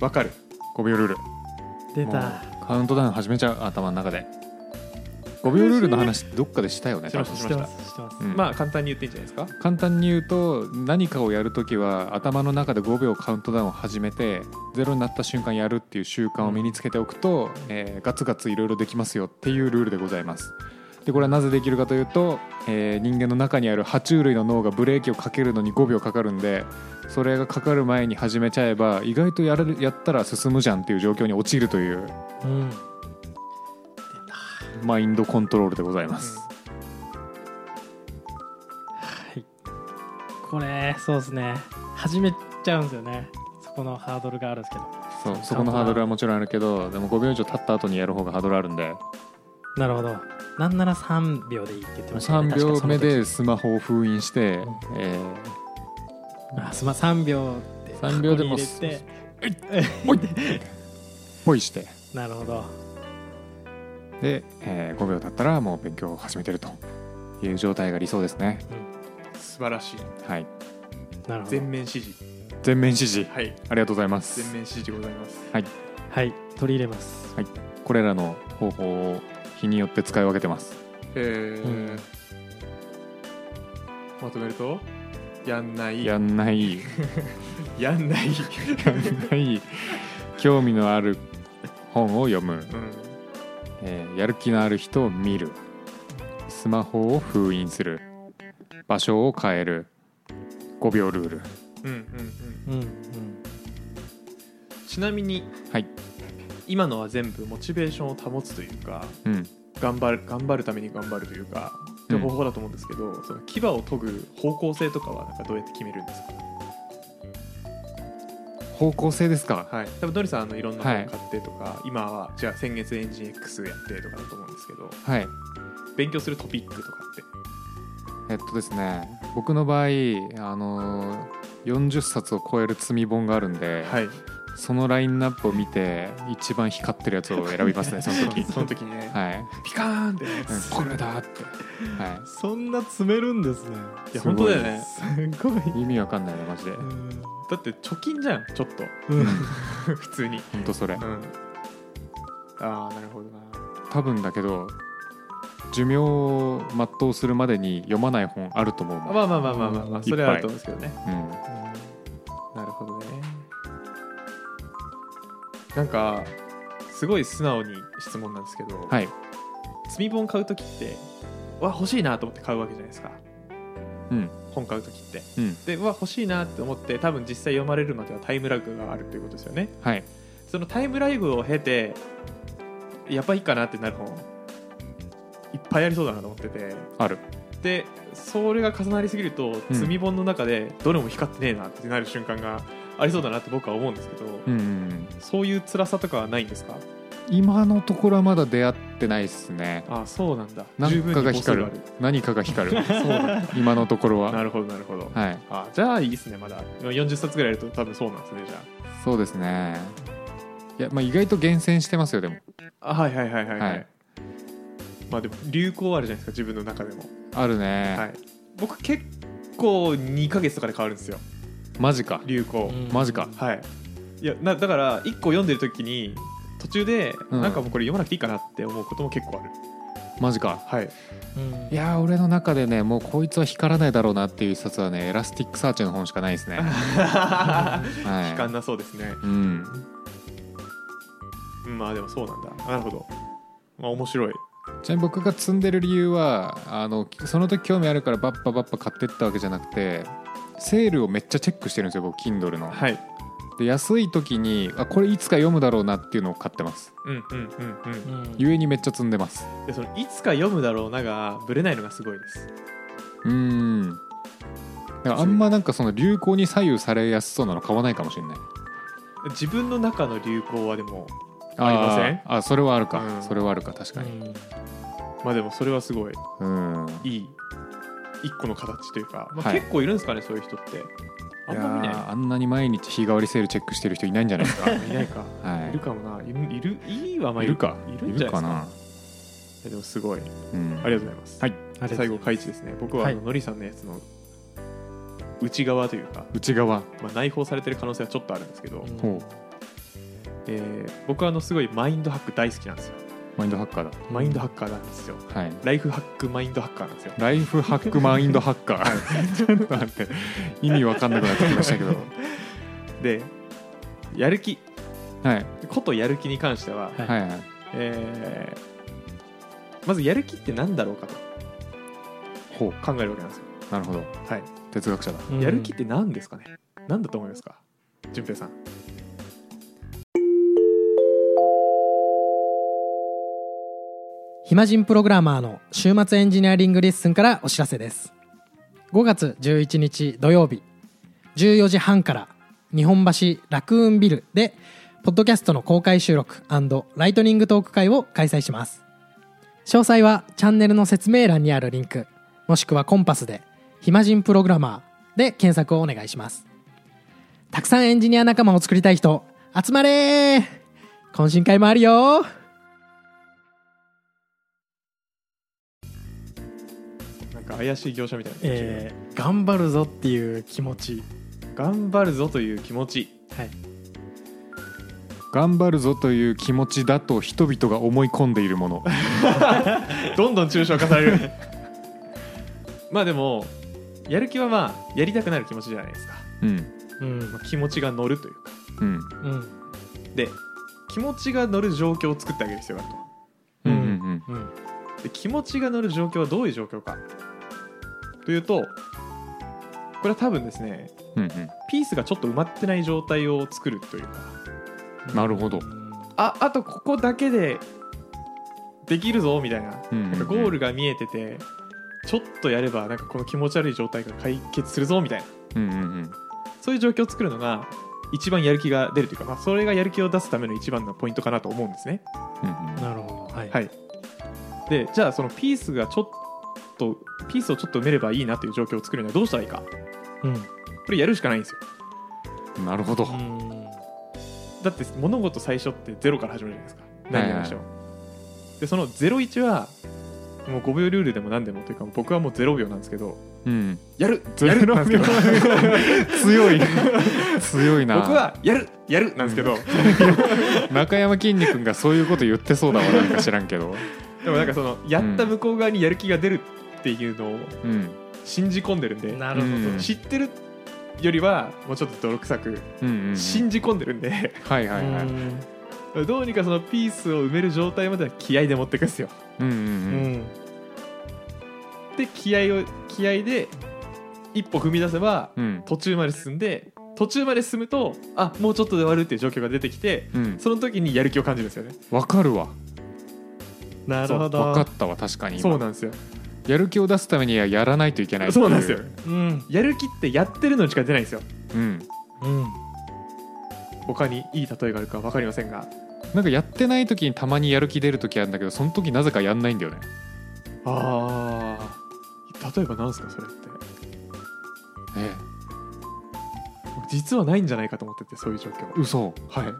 Speaker 1: た
Speaker 3: わかる
Speaker 2: 5秒ルール
Speaker 1: 出
Speaker 2: も
Speaker 1: た
Speaker 2: うカウントダウン始めちゃう頭の中で5秒ルールの話どっかでしたよね
Speaker 3: しました
Speaker 1: してますしてます
Speaker 2: 多分うん
Speaker 3: まあ簡単に言っていいんじゃないですか
Speaker 2: 簡単に言うと何かをやるときは頭の中で5秒カウントダウンを始めてゼロになった瞬間やるっていう習慣を身につけておくと、えーガツガツいろいろできますよっていうルールでございますでこれはなぜできるかというと、えー人間の中にある爬虫類の脳がブレーキをかけるのに5秒かかるんでそれがかかる前に始めちゃえば意外とやるやったら進むじゃんっていう状況に陥るという
Speaker 1: うん
Speaker 2: マインドコントロールでございます、
Speaker 1: はいこれそうですね始めちゃうんですよねそこのハードルがあるんですけど
Speaker 2: そうそこのハードルはもちろんあるけどでも5秒以上経った後にやる方がハードルあるんで
Speaker 1: なるほどなんなら3秒でいいって言ってましたよね
Speaker 2: 3秒目
Speaker 1: 確か
Speaker 2: でスマホを封印して、え
Speaker 1: その時あすま3秒で
Speaker 2: 3秒でも
Speaker 1: 箱に入れて
Speaker 2: ー、ポイポ イして
Speaker 1: なるほど
Speaker 2: で、え5秒経ったらもう勉強を始めてるという状態が理想ですね
Speaker 3: 素晴らしい
Speaker 2: はい
Speaker 1: なるほど
Speaker 3: 全面支持
Speaker 2: 全面支持
Speaker 3: はい
Speaker 2: ありがとうございま
Speaker 3: 全
Speaker 2: す
Speaker 3: 面支持でございます
Speaker 1: はい取り入れます
Speaker 2: これらの方法を日によって使い分けてます
Speaker 3: えー
Speaker 1: うん
Speaker 3: まとめるとやんない
Speaker 2: やんない
Speaker 3: やんない、
Speaker 2: やんない興味のある本を読む、
Speaker 3: うん、
Speaker 2: えーやる気のある人を見るスマホを封印する場所を変える5秒ルール
Speaker 3: うんうんう
Speaker 1: う
Speaker 3: ん
Speaker 1: んうん
Speaker 3: ちなみに、
Speaker 2: はい
Speaker 3: 今のは全部モチベーションを保つというか
Speaker 2: うん
Speaker 3: 頑張る頑張るために頑張るというかって
Speaker 2: うん
Speaker 3: 方法だと思うんですけど、その牙を研ぐ方向性とかはなんかどうやって決めるんです
Speaker 2: 方向性ですか
Speaker 3: か、はい、多分ノリさんあのいろんな
Speaker 2: は
Speaker 3: 本
Speaker 2: い
Speaker 3: 買ってとか、今はじゃあ先月エンジン X やってとかだと思うんですけど
Speaker 2: はい
Speaker 3: 勉強するトピックとかって
Speaker 2: えっとですね僕の場合あのー40冊を超える積み本があるんで、
Speaker 3: はい
Speaker 2: そのラインナップを見て一番光ってるやつを選びます ねその時
Speaker 3: その時にね、
Speaker 2: はい、うん
Speaker 3: ピカーンってね
Speaker 2: これだって、は
Speaker 1: そんな詰めるんですね
Speaker 3: いや本当だよね
Speaker 1: すごい
Speaker 2: い、意味わかんないねマジで
Speaker 1: うん
Speaker 3: だって貯金じゃんちょっと
Speaker 1: うん
Speaker 3: 普通に
Speaker 2: ほんとそれ
Speaker 3: うんああなるほどな
Speaker 2: 多分だけど寿命を全うするまでに読まない本あると思うもん
Speaker 3: まあまあまあまあまあ、まあ、それはあると思うんですけどね
Speaker 2: うん
Speaker 3: なるほどねなんかすごい素直に質問なんですけど、
Speaker 2: はい、
Speaker 3: 積み本買う時ってうわ欲しいなと思って買うわけじゃないですか
Speaker 2: うん
Speaker 3: 本買う時って
Speaker 2: うん、
Speaker 3: でうわ欲しいなって思って多分実際読まれるまではタイムラグがあるっていうことですよね
Speaker 2: はい
Speaker 3: そのタイムラグを経てやっぱいいかなってなる本いっぱいありそうだなと思ってて
Speaker 2: ある
Speaker 3: でそれが重なりすぎると
Speaker 2: うん
Speaker 3: 積み本の中でどれも光ってねえなってなる瞬間がありそうだなって僕は思うんですけど、
Speaker 2: うんうんうん
Speaker 3: そういう辛さとかはないんですか
Speaker 2: 今のところはまだ出会ってないですね
Speaker 3: ああそうなんだ
Speaker 2: 何かが
Speaker 3: 十分
Speaker 2: 光
Speaker 3: に
Speaker 2: る
Speaker 3: 個数
Speaker 2: 何かが光る
Speaker 3: があるそうなんだ
Speaker 2: 今のところは
Speaker 3: なるほどなるほど
Speaker 2: はい
Speaker 3: あじゃあいいですねまだ40冊ぐらいあると多分そうなんですねじゃ
Speaker 2: そうですねいや、まあ、意外と厳選してますよでも
Speaker 3: ああはいはいはいはいはい、
Speaker 2: はい
Speaker 3: まあでも流行あるじゃないですか自分の中でも、
Speaker 2: あるね、
Speaker 3: はい、僕結構2ヶ月とかで変わるんですよ
Speaker 2: マジか
Speaker 3: 流行、
Speaker 2: マジか
Speaker 3: はいいやなだから1個読んでる時に途中で
Speaker 2: うん
Speaker 3: なんかもうこれ読まなくていいかなって思うことも結構ある、
Speaker 2: マジか
Speaker 3: はい
Speaker 2: いやー俺の中でねもうこいつは光らないだろうなっていう一冊はねエラスティックサーチの本しかないです ね、はい、
Speaker 3: 悲観なそうですね
Speaker 2: うん
Speaker 3: うんまあでもそうなんだなるほどまあ面白い
Speaker 2: ちなみに僕が積んでる理由はあのその時興味あるからバッパバッパ買ってったわけじゃなくてセールをめっちゃチェックしてるんですよ僕 Kindle の、
Speaker 3: はい
Speaker 2: で安い時にあこれいつか読むだろうなっていうのを買ってます
Speaker 3: うんうんうんうん
Speaker 2: ゆえにめっちゃ積んでます
Speaker 3: でそのいつか読むだろうながぶれないのがすごいです
Speaker 2: うーんだからあんまなんかその流行に左右されやすそうなの買わないかもしれない
Speaker 3: 自分の中の流行はでも
Speaker 2: あー
Speaker 3: ありません
Speaker 2: あそれはあるか、
Speaker 3: うん
Speaker 2: それはあるか確かに
Speaker 3: まあでもそれはすごい
Speaker 2: うん
Speaker 3: いい一個の形というか、まあ、
Speaker 2: はい
Speaker 3: 結構いるんですかね、そういう人ってあんま見
Speaker 2: い
Speaker 3: ない
Speaker 2: やーあんなに毎日日替わりセールチェックしてる人いないんじゃないですか、
Speaker 3: いないか い
Speaker 2: は
Speaker 3: るかもないるいるいいはまあ
Speaker 2: い、いるか
Speaker 3: いるんじゃないですか
Speaker 2: かな、
Speaker 3: いやでもすごいあり
Speaker 2: うん、
Speaker 3: がとうございます、
Speaker 2: はい
Speaker 3: 最後開一ですね僕はあの,、
Speaker 1: はい
Speaker 3: のりさんのやつの内側というか、
Speaker 2: 内側
Speaker 3: まあ、内包されてる可能性はちょっとあるんですけど、
Speaker 2: ほう
Speaker 3: えー僕はあのすごいマインドハック大好きなんですよ
Speaker 2: マインドハッカーだ
Speaker 3: マインドハッカーなんですよ
Speaker 2: はい
Speaker 3: ライフハックマインドハッカーなんですよ
Speaker 2: ライフハックマインドハッカー ちょっと待って意味わかんなくなってきました けど
Speaker 3: でやる気
Speaker 2: はい
Speaker 3: ことやる気に関しては、
Speaker 1: はい
Speaker 2: はいはい
Speaker 3: えーまずやる気って何だろうかと
Speaker 2: ほう
Speaker 3: 考えるわけなんですよ、
Speaker 2: なるほど
Speaker 3: はい
Speaker 2: 哲学者だ
Speaker 3: やる気って何ですかね何だと思いますか淳平さん
Speaker 1: 暇人プログラマーの週末エンジニアリングレッスンからお知らせです5月11日土曜日14時半から日本橋ラクーンビルでポッドキャストの公開収録ライトニングトーク会を開催します詳細はチャンネルの説明欄にあるリンクもしくはコンパスで「暇人プログラマー」で検索をお願いしますたくさんエンジニア仲間を作りたい人集まれー懇親会もあるよー
Speaker 3: なんか怪しい業者みたいな、
Speaker 1: えー頑張るぞっていう気持ち、
Speaker 3: 頑張るぞという気持ち
Speaker 1: はい、
Speaker 2: 頑張るぞという気持ちだと人々が思い込んでいるも の
Speaker 3: どんどん抽象化される まあでもやる気はまあやりたくなる気持ちじゃないですか、
Speaker 2: うん
Speaker 1: うん
Speaker 3: まあ気持ちが乗るというか
Speaker 2: うん
Speaker 1: うん
Speaker 3: で気持ちが乗る状況を作ってあげる必要があ
Speaker 2: う
Speaker 3: る
Speaker 2: んう
Speaker 1: う
Speaker 2: ん
Speaker 1: ん
Speaker 3: とで気持ちが乗る状況はどういう状況かというとこれは多分ですね
Speaker 2: うんうん
Speaker 3: ピースがちょっと埋まってない状態を作るというか
Speaker 2: うんなるほど
Speaker 3: ああとここだけでできるぞみたいな
Speaker 2: うん
Speaker 3: なんかゴールが見えててちょっとやればなんかこの気持ち悪い状態が解決するぞみたいな
Speaker 2: うんうんうん
Speaker 3: そういう状況を作るのが一番やる気が出るというか、まあ、それがやる気を出すための一番のポイントかなと思うんですね
Speaker 2: うん
Speaker 1: なるほどはい、
Speaker 3: はいでじゃあそのピースがちょっとピースをちょっと埋めればいいなという状況を作るにはどうしたらいいか
Speaker 1: うん
Speaker 3: これやるしかないんですよ
Speaker 2: うんなるほど
Speaker 3: だって物事最初ってゼロから始まるじゃないですか何やりましょう、でその01はもう5秒ルールでも何でもというか僕はもう0秒なんですけど
Speaker 2: うん
Speaker 3: やる
Speaker 2: ゼ
Speaker 3: や
Speaker 2: ロ
Speaker 3: る
Speaker 2: な
Speaker 3: なんん
Speaker 2: で
Speaker 3: ですす
Speaker 2: け
Speaker 3: け
Speaker 2: ど
Speaker 3: ど
Speaker 2: 強い 強いな
Speaker 3: 僕はやるやるなんですけど、
Speaker 2: 中山きんに君がそういうこと言ってそうだわなんか知らんけど
Speaker 3: でもなんかそのやった向こう側にやる気が出るっていうのを
Speaker 2: うん
Speaker 3: 信じ込んでるんで、
Speaker 1: なるほど、
Speaker 2: うん
Speaker 3: 知ってるよりはもうちょっと泥臭く
Speaker 2: うんうん
Speaker 3: 信じ込んでるんで、
Speaker 2: はいはいはい
Speaker 3: どうにかそのピースを埋める状態までは気合で持っていくんですよ
Speaker 2: うんうん
Speaker 1: う
Speaker 2: うん
Speaker 1: ん
Speaker 3: で気合を気合で一歩踏み出せば
Speaker 2: うん
Speaker 3: 途中まで進んで途中まで進むとあもうちょっとで終わるっていう状況が出てきて
Speaker 2: うん
Speaker 3: その時にやる気を感じるんですよね
Speaker 2: わかるわ
Speaker 1: なるほど
Speaker 2: わかったわ確かに今
Speaker 3: そうなんですよ
Speaker 2: やる気を出すためにはやらないといけないってい
Speaker 3: そうなんですよ
Speaker 1: うん
Speaker 3: やる気ってやってるのにしか出ないんですよ
Speaker 2: うん、
Speaker 1: うん
Speaker 3: 他にいい例えがあるか分かりませんが
Speaker 2: なんかやってない時にたまにやる気出る時あるんだけどその時なぜかやんないんだよね
Speaker 3: あー例えばなんですかそれって
Speaker 2: え
Speaker 3: 僕実はないんじゃないかと思っててそういう状況
Speaker 2: え嘘
Speaker 3: はい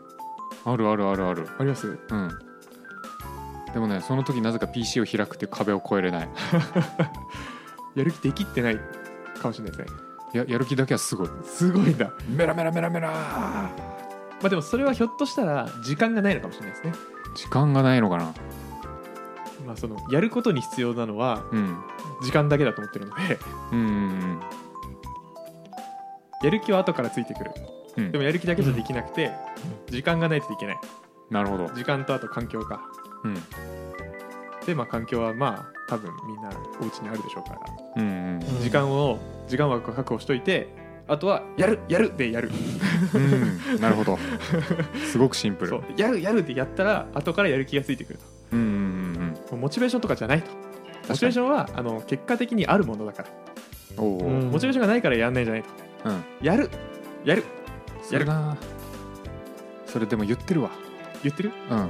Speaker 2: あるあるあるある
Speaker 3: あります
Speaker 2: うんでもねその時なぜか PC を開くっていう壁を越えれない
Speaker 3: やる気できってないかもしれないですね
Speaker 2: ややる気だけはすごい
Speaker 3: すごいんだ
Speaker 2: メラメラメラメラ
Speaker 3: まあでもそれはひょっとしたら時間がないのかもしれないですね
Speaker 2: 時間がないのかな
Speaker 3: まあそのやることに必要なのは
Speaker 2: うん
Speaker 3: 時間だけだと思ってるので
Speaker 2: うんうん
Speaker 3: やる気は後からついてくる
Speaker 2: うんうん
Speaker 3: でもやる気だけじゃできなくて時間がないといけない
Speaker 2: なるほど
Speaker 3: 時間とあと環境か
Speaker 2: うん
Speaker 3: でまあ環境はまあ多分みんなお家にあるでしょうから
Speaker 2: うんうん
Speaker 1: うん
Speaker 3: 時間を時間枠を確保しといてあとはやるやるでやる
Speaker 2: うんなるほどすごくシンプル
Speaker 3: そうやるやるでやったら後からやる気がついてくると
Speaker 2: うんうんうん
Speaker 3: もうモチベーションとかじゃないと
Speaker 2: うん
Speaker 3: モチベーシ
Speaker 2: ョ
Speaker 3: ョンはあの結果的にあるものだから
Speaker 2: ンおお
Speaker 1: う
Speaker 2: うんん
Speaker 3: モチベーションがないからやんないじゃないとやるやる
Speaker 2: それなそれでも言ってるわ
Speaker 3: 言ってる
Speaker 2: うん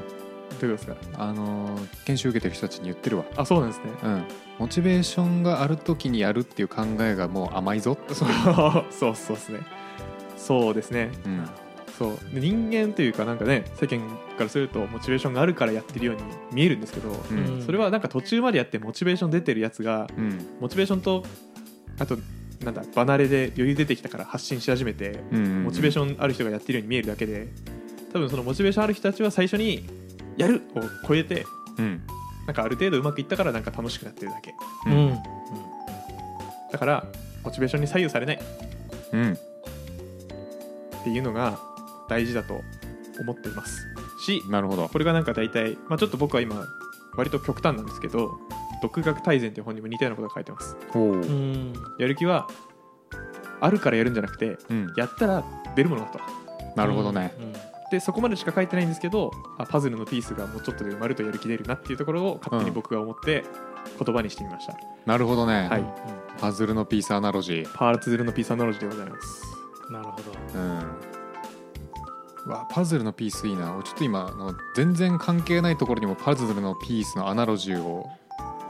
Speaker 3: どういうことですか
Speaker 2: あのー研修受けてる人たちに言ってるわ
Speaker 3: あそうなんですね
Speaker 2: うんモチベーションがある時にやるっていう考えがもう甘いぞ
Speaker 3: そうそうそうですねそうですね
Speaker 2: うん
Speaker 3: そうで人間というかなんかね世間からするとモチベーションがあるからやってるように見えるんですけど、
Speaker 2: う
Speaker 1: うん
Speaker 2: ん
Speaker 3: それはなんか途中までやってモチベーション出てるやつが
Speaker 2: うん
Speaker 3: モチベーションとあとなんだ離れで余裕出てきたから発信し始めて
Speaker 2: うん
Speaker 3: モチベーシ
Speaker 2: ョン
Speaker 3: ョンある人がやってるように見えるだけで多分そのモチベーションある人たちは最初に「やる!」を超えて
Speaker 2: うん
Speaker 3: なんかある程度うまくいったからなんか楽しくなってるだけ
Speaker 1: うん
Speaker 2: うん
Speaker 3: だからモチベーションに左右されないっ
Speaker 2: うん
Speaker 3: ていうのが大事だと思っていますし
Speaker 2: なるほど
Speaker 3: これがなんか大体、まあ、ちょっと僕は今割と極端なんですけど「独学大全」という本にも似たようなことが書いてます
Speaker 2: おお
Speaker 1: うんうん
Speaker 3: やる気はあるからやるんじゃなくて
Speaker 2: うん
Speaker 3: やったら出るものだと
Speaker 2: なるほどね
Speaker 1: うん
Speaker 3: でそこまでしか書いてないんですけどあパズルのピースがもうちょっとで埋まるとやる気出るなっていうところを勝手に僕が思って言葉にしてみました、
Speaker 2: なるほどね
Speaker 3: はい
Speaker 2: パズルのピースアナロジー
Speaker 3: パーツズルのピースアナロジーでございます
Speaker 1: うんなるほど
Speaker 2: うん、わパズルのピースいいな俺ちょっと今あの全然関係ないところにもパズルのピースのアナロジーを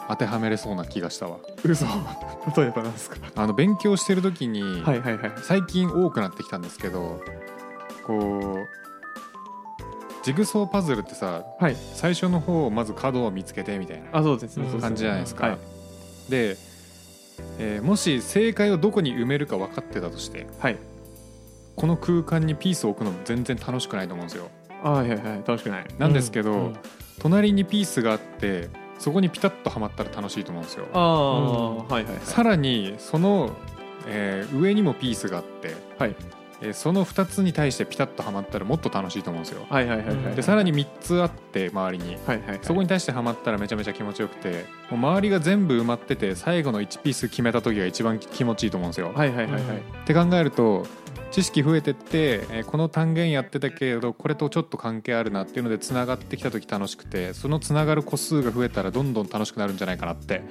Speaker 2: 当てはめれそうな気がしたわ
Speaker 3: 嘘例えばなんですか
Speaker 2: あの勉強してる時に、
Speaker 3: はいはいはい
Speaker 2: 最近多くなってきたんですけどこうジグソーパズルってさ
Speaker 3: はい
Speaker 2: 最初の方をまず角を見つけてみたいな
Speaker 3: あそうですねそうそうそう
Speaker 2: 感じじゃないですか、
Speaker 3: はい
Speaker 2: で、えーもし正解をどこに埋めるか分かってたとして
Speaker 3: はい
Speaker 2: この空間にピースを置くの全然楽しくないと思うんですよ
Speaker 3: あはいはいはい楽しくない
Speaker 2: なんですけど、
Speaker 1: うん
Speaker 2: 隣にピースがあってそこにピタッとはまったら楽しいと思うんですよ
Speaker 3: ああ、
Speaker 1: うん
Speaker 3: はいはいはい
Speaker 2: さらにその、えー上にもピースがあって、
Speaker 3: はい
Speaker 2: えーその2つに対してピタッとはまったらもっと楽しいと思うんですよ
Speaker 3: はいはいはいはい
Speaker 2: でさらに3つあって周りに
Speaker 3: はいはいはい
Speaker 2: そこに対してはまったらめちゃめちゃ気持ちよくてもう周りが全部埋まってて最後の1ピース決めた時が一番気持ちいいと思うんですよ、
Speaker 3: はいはいはいはい
Speaker 2: って考えると知識増えてって、えーこの単元やってたけれどこれとちょっと関係あるなっていうのでつながってきた時楽しくてそのつながる個数が増えたらどんどん楽しくなるんじゃないかなって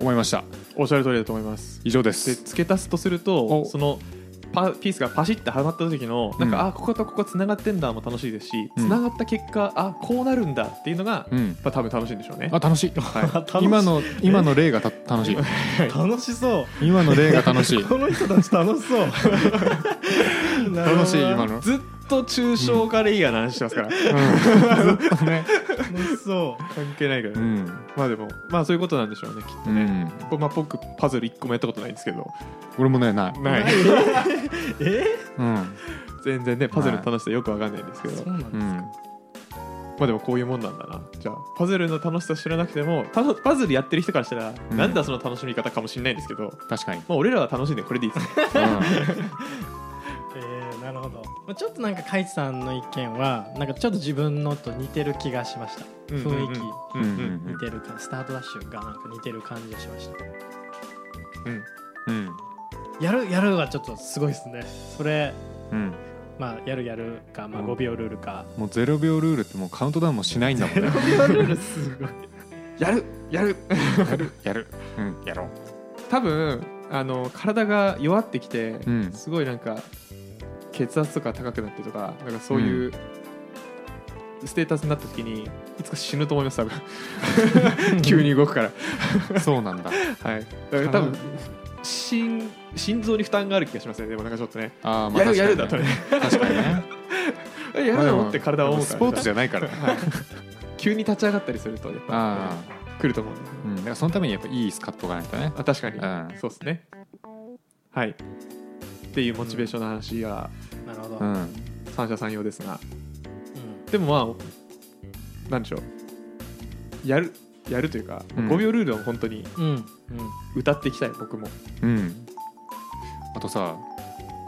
Speaker 2: 思いました
Speaker 3: おっしゃる通りだと思います
Speaker 2: 以上で
Speaker 3: です付け足すとする
Speaker 2: お
Speaker 3: とそのパピースがパシッてはまった時のなんか、
Speaker 2: うん
Speaker 3: あこことここつながってんだも楽しいですし
Speaker 2: うん
Speaker 3: つながった結果、あこうなるんだっていうのが、
Speaker 2: うん
Speaker 3: まあ、多分楽しいんでしょうね
Speaker 2: あ楽しい、
Speaker 1: 楽し
Speaker 2: はいい、今の今の例がた楽しい
Speaker 1: 楽しそう
Speaker 2: 今の例が楽 しい
Speaker 1: この人たち楽しそう なるほど
Speaker 2: 楽しい今の、うん、ず
Speaker 3: ずっと抽象化レイヤーの話してますから、
Speaker 2: っとね
Speaker 1: 楽しそう
Speaker 3: 関係ないから、
Speaker 2: うん、
Speaker 3: まあでもまあそういうことなんでしょうねきっと
Speaker 2: う
Speaker 3: ね、
Speaker 2: ん、
Speaker 3: これまあ、僕パズル1個もやったことないんですけど
Speaker 2: 俺もねない、
Speaker 3: ない
Speaker 1: え
Speaker 2: うん
Speaker 3: 全然ねパズルの楽しさよくわかんないんですけど、
Speaker 1: そうなん
Speaker 2: う
Speaker 1: ですか
Speaker 2: ん、
Speaker 3: まあでもこういうもんなんだなじゃあパズルの楽しさ知らなくてもたのパズルやってる人からしたら、
Speaker 2: うん
Speaker 3: なんだその楽しみ方かもしれないんですけど
Speaker 2: 確か に、
Speaker 3: まあ俺らは楽しんでこれでいい ですね
Speaker 2: う
Speaker 1: えーなるほどまあちょっとなんかカイチさんの意見はなんかちょっと自分のと似てる気がしました雰囲気
Speaker 3: うんうんうん
Speaker 1: 似てるかスタートダッシュがなんか似てる感じがしました
Speaker 3: うん
Speaker 2: ん
Speaker 1: やるやるはちょっとすごいですねそれ
Speaker 2: うんうん、
Speaker 1: まあやるやるか、まあ、
Speaker 2: うん
Speaker 1: 5秒ルールか、
Speaker 2: もう0秒ルールってもうカウントダウンもしないんだもんね
Speaker 1: 5秒ルールすごい
Speaker 3: やるやる
Speaker 2: やるやるうんやろう
Speaker 3: 多分あの体が弱ってきて、
Speaker 2: うん
Speaker 3: すごいなんか血圧とか高くなってとかなんかそういううステータスになった時にいつか死ぬと思います多分 急に動くから
Speaker 2: そうなんだ
Speaker 3: はいだから多分心心臓に負担がある気がしますねでもなんかちょっとね
Speaker 2: あー
Speaker 3: やるやるだ
Speaker 2: 確か
Speaker 3: と
Speaker 2: に
Speaker 3: ね
Speaker 2: ね確 かにね
Speaker 3: えや
Speaker 2: まあ
Speaker 3: る
Speaker 2: で
Speaker 3: と
Speaker 2: も
Speaker 3: 思って体は思うから
Speaker 2: スポーツじゃないからね
Speaker 3: 急に立ち上がったりするとやっぱ
Speaker 2: あ
Speaker 3: 来ると思うんで
Speaker 2: あうんだからそのためにやっぱいいスカッとがないとね
Speaker 3: あ確かに、
Speaker 2: う
Speaker 3: そうですねはいっていうモチベーションの話が
Speaker 1: なるほど、
Speaker 2: ん
Speaker 1: うん
Speaker 2: うん
Speaker 3: 三者三様ですがでもまあなんでしょうやるやるというか、
Speaker 2: うん
Speaker 3: 5秒ルールを本当に
Speaker 1: うんうん
Speaker 3: 歌っていきたい僕も
Speaker 2: うんあとさ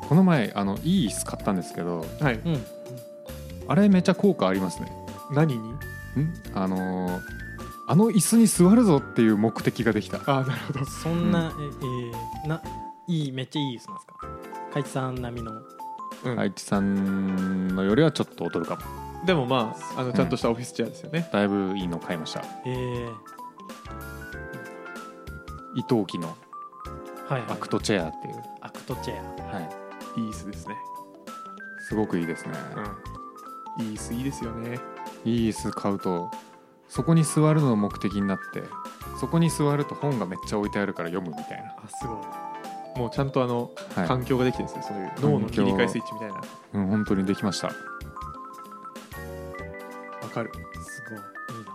Speaker 2: この前あのいい椅子買ったんですけど
Speaker 3: はい
Speaker 1: うん
Speaker 2: あれめちゃ効果ありますね
Speaker 3: 何に
Speaker 2: んあのーあの椅子に座るぞっていう目的ができた
Speaker 3: ああなるほど
Speaker 1: そんな、ええーないいめっちゃいい椅子なんですか海地さん並みの
Speaker 3: うん
Speaker 2: 愛知さんのよりはちょっと劣るかも
Speaker 3: でもまああのちゃんとしたオフィスチェアですよね、
Speaker 2: だいぶいいの買いました
Speaker 1: えー、
Speaker 2: 伊藤機の
Speaker 1: はい、はい、
Speaker 2: アクトチェアっていう、
Speaker 1: アクトチェア
Speaker 2: はい、
Speaker 3: いい椅子ですね、
Speaker 2: すごくいいですね、
Speaker 3: うん、いい椅子いいですよね
Speaker 2: いい椅子買うとそこに座るのの目的になってそこに座ると本がめっちゃ置いてあるから読むみたいな、
Speaker 3: あすごいもうちゃんとあの
Speaker 2: はい
Speaker 3: 環境ができてるんですよ、そういう脳の切り替えスイッチみたいなわ
Speaker 2: うん、本当にできました
Speaker 3: かる
Speaker 1: すごいいいな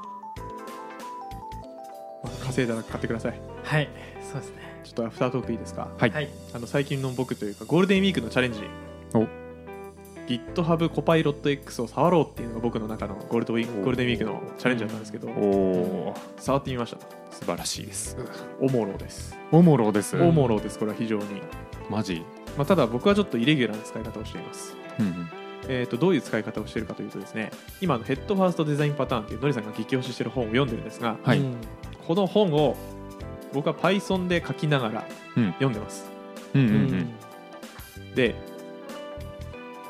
Speaker 3: 稼いだら買ってください
Speaker 1: はいそうですね
Speaker 3: ちょっとアフタートークいいですか
Speaker 2: はい
Speaker 1: はい
Speaker 3: あの最近の僕というかゴールデンウィークのチャレンジ
Speaker 2: お
Speaker 3: GitHub コパイロット X を触ろうっていうのが僕の中のゴールドウィーク
Speaker 2: お
Speaker 3: ゴールデンウィークのチャレンジだったんですけど
Speaker 2: おー
Speaker 3: 触ってみました
Speaker 2: 素晴らしいです
Speaker 3: おもろです
Speaker 2: おもろです
Speaker 3: おもろですこれは非常に、
Speaker 2: マジ、
Speaker 3: まあ、ただ僕はちょっとイレギュラーな使い方をしています
Speaker 2: うんうん、
Speaker 3: えー、とどういう使い方をしているかというとですね今のヘッドファーストデザインパターンっていうのりさんが激推ししてる本を読んでるんですが
Speaker 2: はい、
Speaker 1: う
Speaker 2: うん
Speaker 1: ん
Speaker 3: この本を僕は Python で書きながら
Speaker 2: うん
Speaker 3: 読んでます、
Speaker 2: うん
Speaker 1: う
Speaker 2: うん
Speaker 1: ん
Speaker 3: で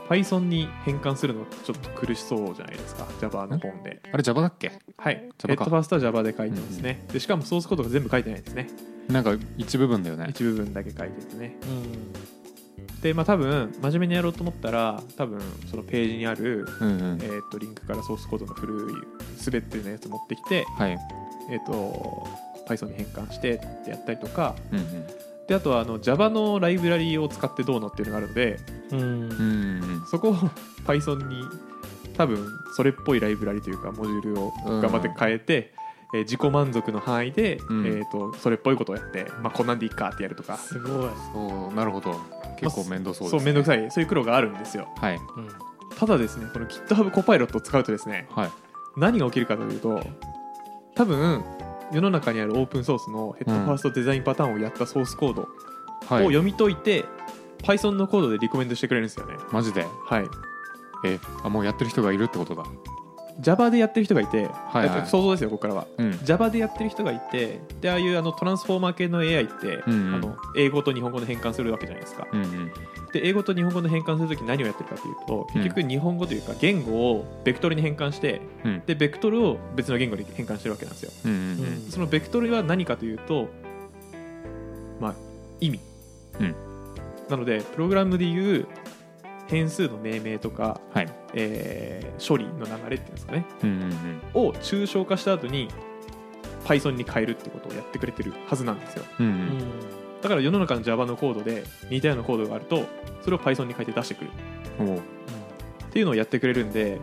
Speaker 3: Python に変換するのちょっと苦しそうじゃないですか Java の本で
Speaker 2: あれ Java だっけ
Speaker 3: はいヘ
Speaker 2: Java
Speaker 3: ッ
Speaker 2: か
Speaker 3: ドファーストは Java で書いてますね、でしかもソースコードが全部書いてないんですね
Speaker 2: なんか一部分だよね
Speaker 3: 一部分だけ書いててね
Speaker 1: うん
Speaker 3: でまあ多分真面目にやろうと思ったら多分そのページにある
Speaker 2: うんうん
Speaker 3: えー、とリンクからソースコードの古い滑ってるのやつ持ってきて、
Speaker 2: はい
Speaker 3: えー、と Python に変換してってやったりとか
Speaker 2: うん
Speaker 3: であとはあの Java のライブラリを使ってどうのっていうのがあるので
Speaker 1: うん
Speaker 2: うんうん
Speaker 3: そこを Python に多分それっぽいライブラリというかモジュールを
Speaker 2: うん
Speaker 3: 頑張って変えて、えー自己満足の範囲で、
Speaker 2: うん
Speaker 3: えー、とそれっぽいことをやって、まあ、こんなんでいいかってやるとか
Speaker 1: すごい、
Speaker 2: そうなるほど結構面倒そうです、ね、
Speaker 3: 面倒く
Speaker 2: い
Speaker 3: さいそういう苦労があるんですよ
Speaker 2: はい
Speaker 1: うん、
Speaker 3: ただですねこの GitHub コパイロットを使うとですね
Speaker 2: はい
Speaker 3: 何が起きるかというと多分世の中にあるオープンソースのヘッドファーストデザインパターンをやったソースコードを
Speaker 2: はい
Speaker 3: 読み解いて、Python のコードでリコメンドしてくれるんですよね
Speaker 2: マジで
Speaker 3: はい
Speaker 2: えあもうやってる人がいるってことだ
Speaker 3: Java でやってる人がいて、
Speaker 2: いはい
Speaker 3: えっと想像ですよここからは
Speaker 2: うん
Speaker 3: Java でやってる人がいてでああいうあのトランスフォーマー系の AI って、
Speaker 2: うんうん
Speaker 3: あの英語と日本語の変換するわけじゃないですか
Speaker 2: うんうん
Speaker 3: で英語と日本語の変換するとき何をやってるかというと結局日本語というか言語をベクトルに変換して
Speaker 2: うん
Speaker 3: でベクトルを別の言語に変換してるわけなんですよ
Speaker 2: うん
Speaker 1: うん
Speaker 3: そのベクトルは何かというと、まあ、意味、
Speaker 2: うん
Speaker 3: なのでプログラムでいう変数の命名とか、
Speaker 2: はい
Speaker 3: えー処理の流れっていうんですかね
Speaker 2: うんうんうん
Speaker 3: を抽象化した後に Python に変えるってことをやってくれてるはずなんですよ
Speaker 2: うんう
Speaker 1: うんん
Speaker 3: だから世の中の Java のコードで似たようなコードがあるとそれを Python に変えて出してくる
Speaker 2: うんおう
Speaker 3: っていうのをやってくれるんで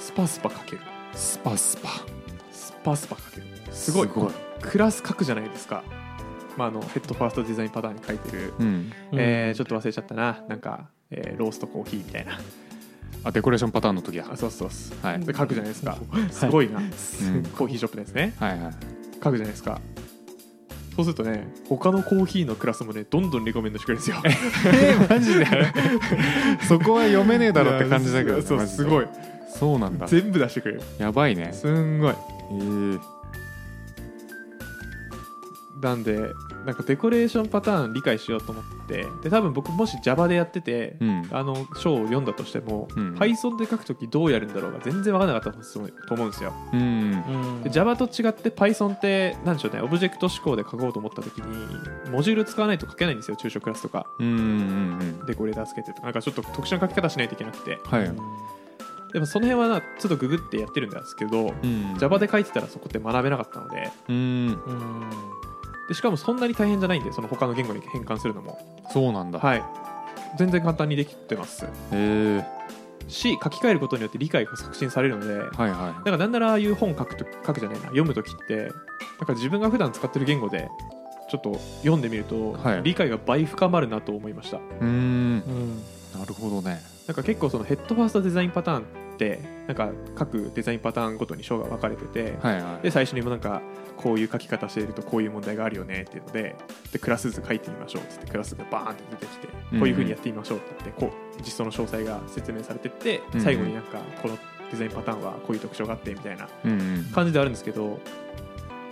Speaker 3: スパスパ書ける
Speaker 2: スパスパ
Speaker 3: スパスパ書けるすごいクラス書くじゃないですか、まあ、あのヘッドファーストデザインパターンに書いてる、
Speaker 2: うん
Speaker 3: えーちょ
Speaker 1: っ
Speaker 3: っと忘れちゃったななんか、えーローストコーヒーみたいな
Speaker 2: あデコレーションパターンの時や
Speaker 3: あそうそうそう
Speaker 2: はい
Speaker 3: で書くじゃないですかすごいな、コーヒーショップですね
Speaker 2: はいはい
Speaker 3: 書くじゃないですかそうするとね他のコーヒーのクラスもねどんどんリコメンドしてくれるんですよ
Speaker 2: えマジで そこは読め ねえだろって感じだけど
Speaker 3: い
Speaker 2: ね
Speaker 3: や そう
Speaker 2: マジ
Speaker 3: す
Speaker 2: で
Speaker 3: ごい
Speaker 2: そうなんだ
Speaker 3: 全部出してくれる
Speaker 2: やばいね
Speaker 3: すんごい
Speaker 2: えー
Speaker 3: なんでなんかデコレーションパターン理解しようと思ってで多分僕もし Java でやってて、
Speaker 2: うん
Speaker 3: あの章を読んだとしても、
Speaker 2: うん
Speaker 3: Python で書くときどうやるんだろうが全然わからなかったと思うんですよ
Speaker 2: うん
Speaker 1: うん
Speaker 3: で Java と違って Python って何でしょうねオブジェクト指向で書こうと思ったときにモジュール使わないと書けないんですよ中小クラスとか
Speaker 2: うんうんうん
Speaker 3: デコレーターつけてとかなんかちょっと特殊な書き方しないといけなくて
Speaker 2: はい、
Speaker 3: でもその辺はなちょっとググってやってるんですけど、
Speaker 2: うん、
Speaker 3: Java で書いてたらそこって学べなかったので
Speaker 2: うん
Speaker 1: うん
Speaker 3: でしかもそんなに大変じゃないんでその他の言語に変換するのも
Speaker 2: そうなんだ、
Speaker 3: はい全然簡単にできてます
Speaker 2: へえ
Speaker 3: し書き換えることによって理解が促進されるのでなん
Speaker 2: はいはい
Speaker 3: かなんならああいう本書くと書くじゃないな読む時ってなんか自分が普段使ってる言語でちょっと読んでみると、
Speaker 2: はい
Speaker 3: 理解が倍深まるなと思いました
Speaker 2: うーんな
Speaker 1: うん
Speaker 2: るほどね
Speaker 3: なんか結構そのヘッドファーストデザインパターンってなんか各デザインパターンごとに章が分かれてて、
Speaker 2: はいは
Speaker 3: で最初にもなんかこういう書き方しているとこういう問題があるよねっていうのででクラス図書いてみましょうって言ってクラスがバーンって出てきてこ
Speaker 2: うん
Speaker 3: ういうふうにやってみましょうって言ってこう実装の詳細が説明されてって
Speaker 2: うん
Speaker 3: 最後になんかこのデザインパターンはこういう特徴があってみたいない
Speaker 2: うんうん
Speaker 3: 感じではあるんですけど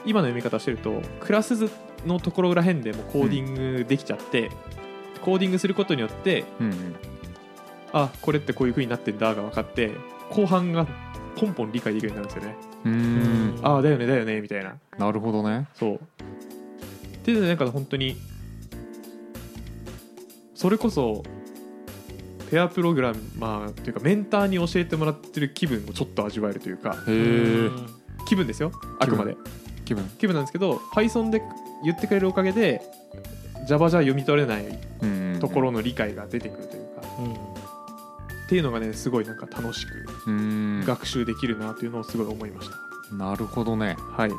Speaker 3: 今の読み方してるとクラス図のところらへんでもうコーディングできちゃってコーディングすることによって
Speaker 2: うんうん
Speaker 3: あこれってこういうふうになってんだが分かって後半がポンポン理解できるようになるんですよね
Speaker 2: うーん
Speaker 3: ああだよねだよねみたいな
Speaker 2: なるほどね
Speaker 3: そう。っていうので、なんか本当に、それこそ、ペアプログラマーというか、メンターに教えてもらってる気分をちょっと味わえるというか、
Speaker 2: へえ
Speaker 3: 気分ですよ、あくまで。
Speaker 2: 気分
Speaker 3: 気分なんですけど、Python で言ってくれるおかげで、Java じゃ読み取れない
Speaker 2: うんうんうん
Speaker 3: ところの理解が出てくるというか、
Speaker 1: うん
Speaker 3: っていうのがね、すごいなんか楽しく
Speaker 2: うーん
Speaker 3: 学習できるなというのをすごい思いました。
Speaker 2: なるほどね
Speaker 3: はい、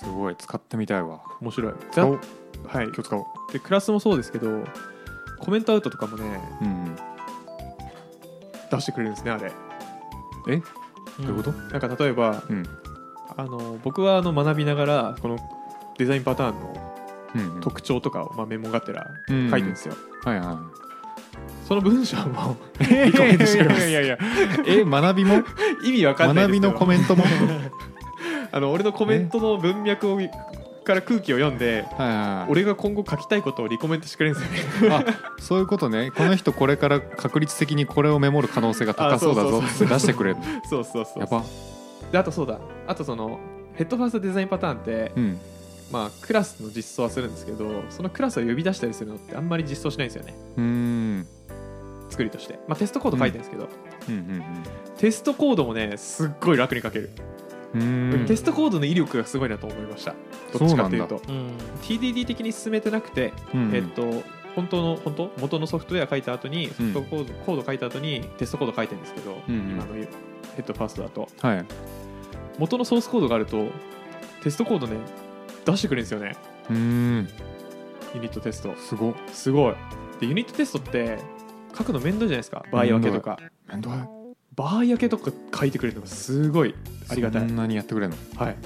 Speaker 2: すごい使ってみたいわ
Speaker 3: 面白い。
Speaker 2: 使おう
Speaker 3: はい、
Speaker 2: 今日使おう
Speaker 3: でクラスもそうですけど、コメントアウトとかもね、
Speaker 2: うんうん
Speaker 3: 出してくれるんですねあれ
Speaker 2: えどういうこと
Speaker 3: なんか例えば
Speaker 2: うん
Speaker 3: あの僕はあの学びながらこのデザインパターンの
Speaker 2: うんうん
Speaker 3: 特徴とかを、まあ、メモがてら
Speaker 2: う
Speaker 3: 書
Speaker 2: ん
Speaker 3: いてるんですよ、
Speaker 2: はいは
Speaker 3: その文章も
Speaker 2: いえ
Speaker 3: コ メントしてくれます
Speaker 2: やいやえ学びも
Speaker 3: 意味わかんない
Speaker 2: 学
Speaker 3: です
Speaker 2: びの
Speaker 3: よ
Speaker 2: コメントもはい
Speaker 3: あの俺のコメントの文脈をから空気を読んで
Speaker 2: はい
Speaker 3: 俺が今後書きたいことをリコメントしてくれるんですよね
Speaker 2: あそういうことねこの人これから確率的にこれをメモる可能性が高そうだぞ
Speaker 3: あそう
Speaker 2: っ
Speaker 3: そ
Speaker 2: て
Speaker 3: うそう
Speaker 2: 出してくれる
Speaker 3: そうそうそう
Speaker 2: やば
Speaker 3: であとそうだあとそのヘッドファーストデザインパターンって、
Speaker 2: うん
Speaker 3: まあ、クラスの実装はするんですけどそのクラスを呼び出したりするのってあんまり実装しないんですよね
Speaker 2: うーん
Speaker 3: 作りとして、まあ、テストコード書いてるんですけど、
Speaker 2: うんうん
Speaker 3: テストコードもねすっごい楽に書ける、
Speaker 2: うんうーん
Speaker 3: テストコードの威力がすごいなと思いましたどっちかというと
Speaker 1: うん、
Speaker 3: TDD 的に進めてなくて、
Speaker 2: うんうん
Speaker 3: えっと本当の本当元のソフトウェア書いた後にソフトコード,、コード書いた後にテストコード書いてるんですけど、
Speaker 2: うんうん
Speaker 3: 今のヘッドファーストだと
Speaker 2: はい
Speaker 3: 元のソースコードがあるとテストコードね出してくれるんですよね
Speaker 2: うーん
Speaker 3: ユニットテスト
Speaker 2: すごっ
Speaker 3: すごいでユニットテストって書くの面倒じゃないですか場合分けとか
Speaker 2: めんどい
Speaker 3: 場合分けとか書いてくれるのがすごいありがた
Speaker 2: そ
Speaker 3: い
Speaker 2: んなにやってくれるの
Speaker 3: はい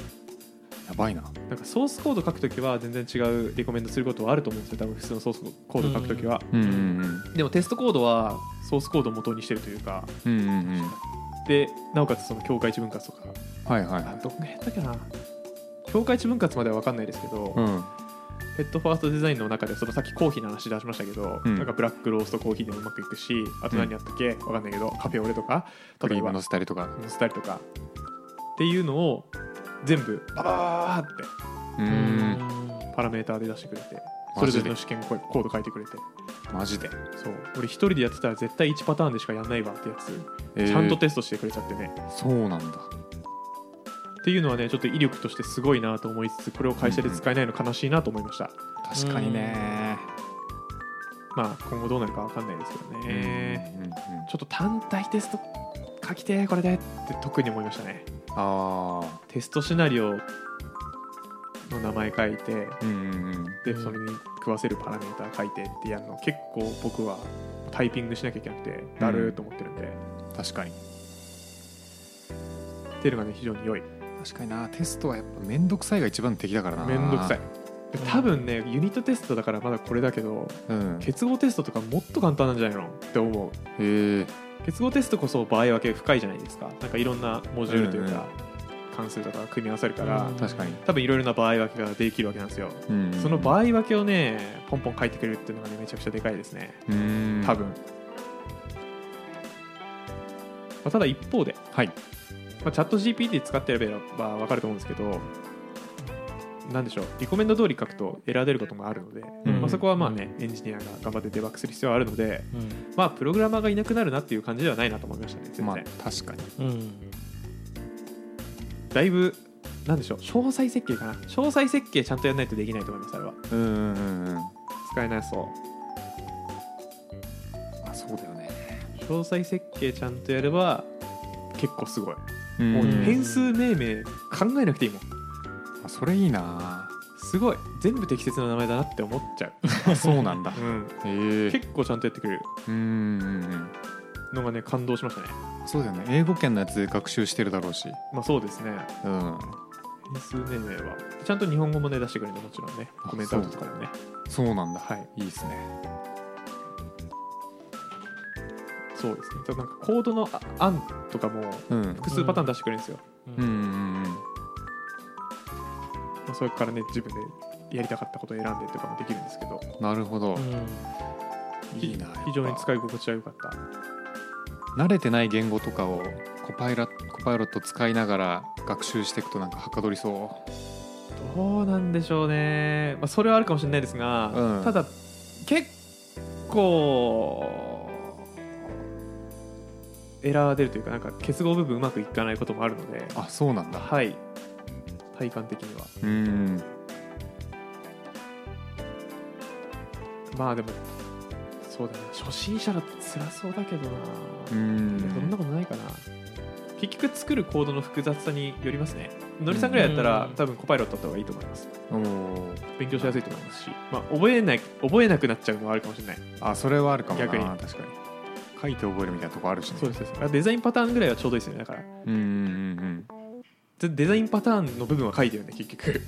Speaker 2: やばいな
Speaker 3: なんかソースコード書くときは全然違うリコメンドすることはあると思うんですよ、多分普通のソースコード書くときは。
Speaker 2: うんうん
Speaker 3: でもテストコードはソースコードを元にしてるというか、
Speaker 2: うんうんうんうん
Speaker 3: でなおかつその境界地分割とか、
Speaker 2: はいはい
Speaker 3: あどんぐらいやったっけな、境界地分割までは分かんないですけど、
Speaker 2: うん
Speaker 3: ヘッドファーストデザインの中で、そのさっきコーヒーの話出しましたけど、
Speaker 2: うん
Speaker 3: なんかブラックローストコーヒーでもうまくいくし、あと何やったっけ、分かんないけど、カフェオレとか、
Speaker 2: クリ
Speaker 3: 例え
Speaker 2: ーム
Speaker 3: ば、
Speaker 2: の
Speaker 3: 載
Speaker 2: せたりとか
Speaker 3: せたりとか、っていうのを全部、パパーって
Speaker 2: うー
Speaker 1: うん
Speaker 3: パラメーターで出してくれて、そ
Speaker 2: マ
Speaker 3: れぞ
Speaker 2: ジで
Speaker 3: れの試験コード書いてくれて。
Speaker 2: マジで
Speaker 3: そう俺一人でやってたら絶対1パターンでしかやんないわってやつ、
Speaker 2: えー
Speaker 3: ちゃんとテストしてくれちゃってね
Speaker 2: そうなんだ
Speaker 3: っていうのはねちょっと威力としてすごいなと思いつつこれを会社で使えないの悲しいなと思いました、
Speaker 2: 確かにね
Speaker 3: まあ今後どうなるか分かんないですけどね、
Speaker 2: うんうんうん
Speaker 3: ちょっと単体テスト書きてえこれでって特に思いましたね
Speaker 2: ああ
Speaker 3: テストシナリオの名前書いて
Speaker 2: うんうんうん
Speaker 3: でそれに食わせるパラメーター書いてってやるの結構僕はタイピングしなきゃいけなくてだるーと思ってるんで、
Speaker 2: 確かに
Speaker 3: っていうのがね非常に良い
Speaker 2: 確かになテストはやっぱ面倒くさいが一番敵だからな
Speaker 3: めんどくさい
Speaker 1: うん
Speaker 3: 多分ねユニットテストだからまだこれだけど
Speaker 2: うんへ
Speaker 3: 結合テストとかもっと簡単なんじゃないのって思う
Speaker 2: え
Speaker 3: 結合テストこそ場合分け深いじゃないですかなんかいろんなモジュールというか、関数とかが組み合わさるから
Speaker 1: うん
Speaker 2: 確かに、
Speaker 3: 多分いろいろな場合分けができるわけなんですよ
Speaker 2: うん、
Speaker 3: その場合分けをねポンポン書いてくれるっていうのがねめちゃくちゃでかいですね
Speaker 2: うん
Speaker 3: 多分、まあ、ただ一方で、
Speaker 2: はい
Speaker 3: まあ、チャット GPT 使ってれば分かると思うんですけどなんでしょうリコメンド通り書くとエラー出ることもあるので、
Speaker 2: うん
Speaker 3: まあ、そこはまあねエンジニアが頑張ってデバッグする必要はあるので
Speaker 1: う
Speaker 3: まあプログラマーがいなくなるなっていう感じではないなと思いましたね全然、
Speaker 2: まあ確かに
Speaker 1: んうん
Speaker 3: だいぶなんでしょう詳細設計かな詳細設計ちゃんとやらないとできないと思いますあれは
Speaker 2: うんうんうんうん
Speaker 3: 使えないそう
Speaker 2: あそうだよね
Speaker 3: 詳細設計ちゃんとやれば結構すごいも
Speaker 2: も
Speaker 3: う
Speaker 2: う
Speaker 1: うん
Speaker 2: 変
Speaker 3: 変数命名考えなくていいもん
Speaker 2: あそれいいな
Speaker 3: すごい全部適切な名前だなって思っちゃう、
Speaker 2: あそうなんだ
Speaker 3: うん
Speaker 2: へえ
Speaker 3: 結構ちゃんとやってくれる
Speaker 2: うんうんうん
Speaker 3: のがね感動しましたね
Speaker 2: そうだよね英語圏のやつで学習してるだろうし
Speaker 3: まあそうですね
Speaker 2: うん
Speaker 3: 変数命名はちゃんと日本語もね出してくれるのもちろんねコメントアウトとかでもね
Speaker 2: そうなんだ
Speaker 3: はい
Speaker 2: いいですね
Speaker 3: そうですねただなんかコードのあ案とかも
Speaker 2: うん
Speaker 3: 複数パターン出してくれるんですよ、
Speaker 2: うんうんうん
Speaker 3: まあそれからね自分でやりたかったことを選んでとかもできるんですけど
Speaker 2: なるほど、
Speaker 1: う
Speaker 2: いいなやっぱ
Speaker 3: 非常に使い心地は良かった
Speaker 2: 慣れてない言語とかをコパイラコパイロット使いながら学習していくとなんかはかどりそ
Speaker 3: どうなんでしょうね、まあ、それはあるかもしれないですが、
Speaker 2: うん
Speaker 3: ただ結構エラー出るというかなんか結合部分うまくいかないこともあるので
Speaker 2: うあそうなんだ
Speaker 3: はい体感的には
Speaker 2: うん
Speaker 3: まあでもそうだな初心者だと辛そうだけどな、
Speaker 2: う
Speaker 3: いや
Speaker 2: ん
Speaker 3: そんなことないかな結局作るコードの複雑さによりますねのりさんぐらいだったら、
Speaker 1: うん
Speaker 3: 多分コパイロットだった方がいいと思います
Speaker 2: おー
Speaker 3: 勉強しやすいと思いますし、まあ、覚えない覚えなくなっちゃうのはあるかもしれない
Speaker 2: あそれはあるかもな
Speaker 3: 逆に
Speaker 2: 確かに書いて覚えるみたいなとこあるしね
Speaker 3: そうですそうですデザインパターンぐらいはちょうどいいですよねだから
Speaker 2: うんうんうん
Speaker 3: でデザインパターンの部分は書いてるね結局
Speaker 2: うん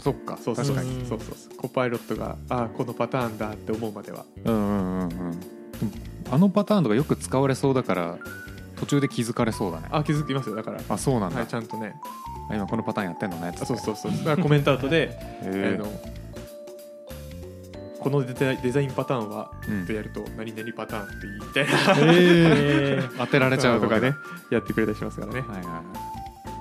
Speaker 2: そっか
Speaker 3: そうそ
Speaker 2: 確
Speaker 3: うそう
Speaker 2: か
Speaker 3: そ
Speaker 2: に
Speaker 3: うそうそうコパイロットがああこのパターンだって思うまでは
Speaker 2: うんうんうんうんでもあのパターンとかよく使われそうだから途中で気づかれそうだね
Speaker 3: あ気づきますよだから
Speaker 2: あそうなんだ、
Speaker 3: はいちゃんとね
Speaker 2: あ今このパターンやってんのね
Speaker 3: あそうそうそうだからコメントアウトで、
Speaker 2: へ
Speaker 3: あのこのデザインデザインパターンは
Speaker 2: うん
Speaker 3: ってやると何々パターンって言いたいな
Speaker 2: えー当てられちゃう
Speaker 3: と
Speaker 2: と
Speaker 3: か
Speaker 2: か
Speaker 3: ね
Speaker 2: ね
Speaker 3: やってくれたりしますからね
Speaker 2: はいはいは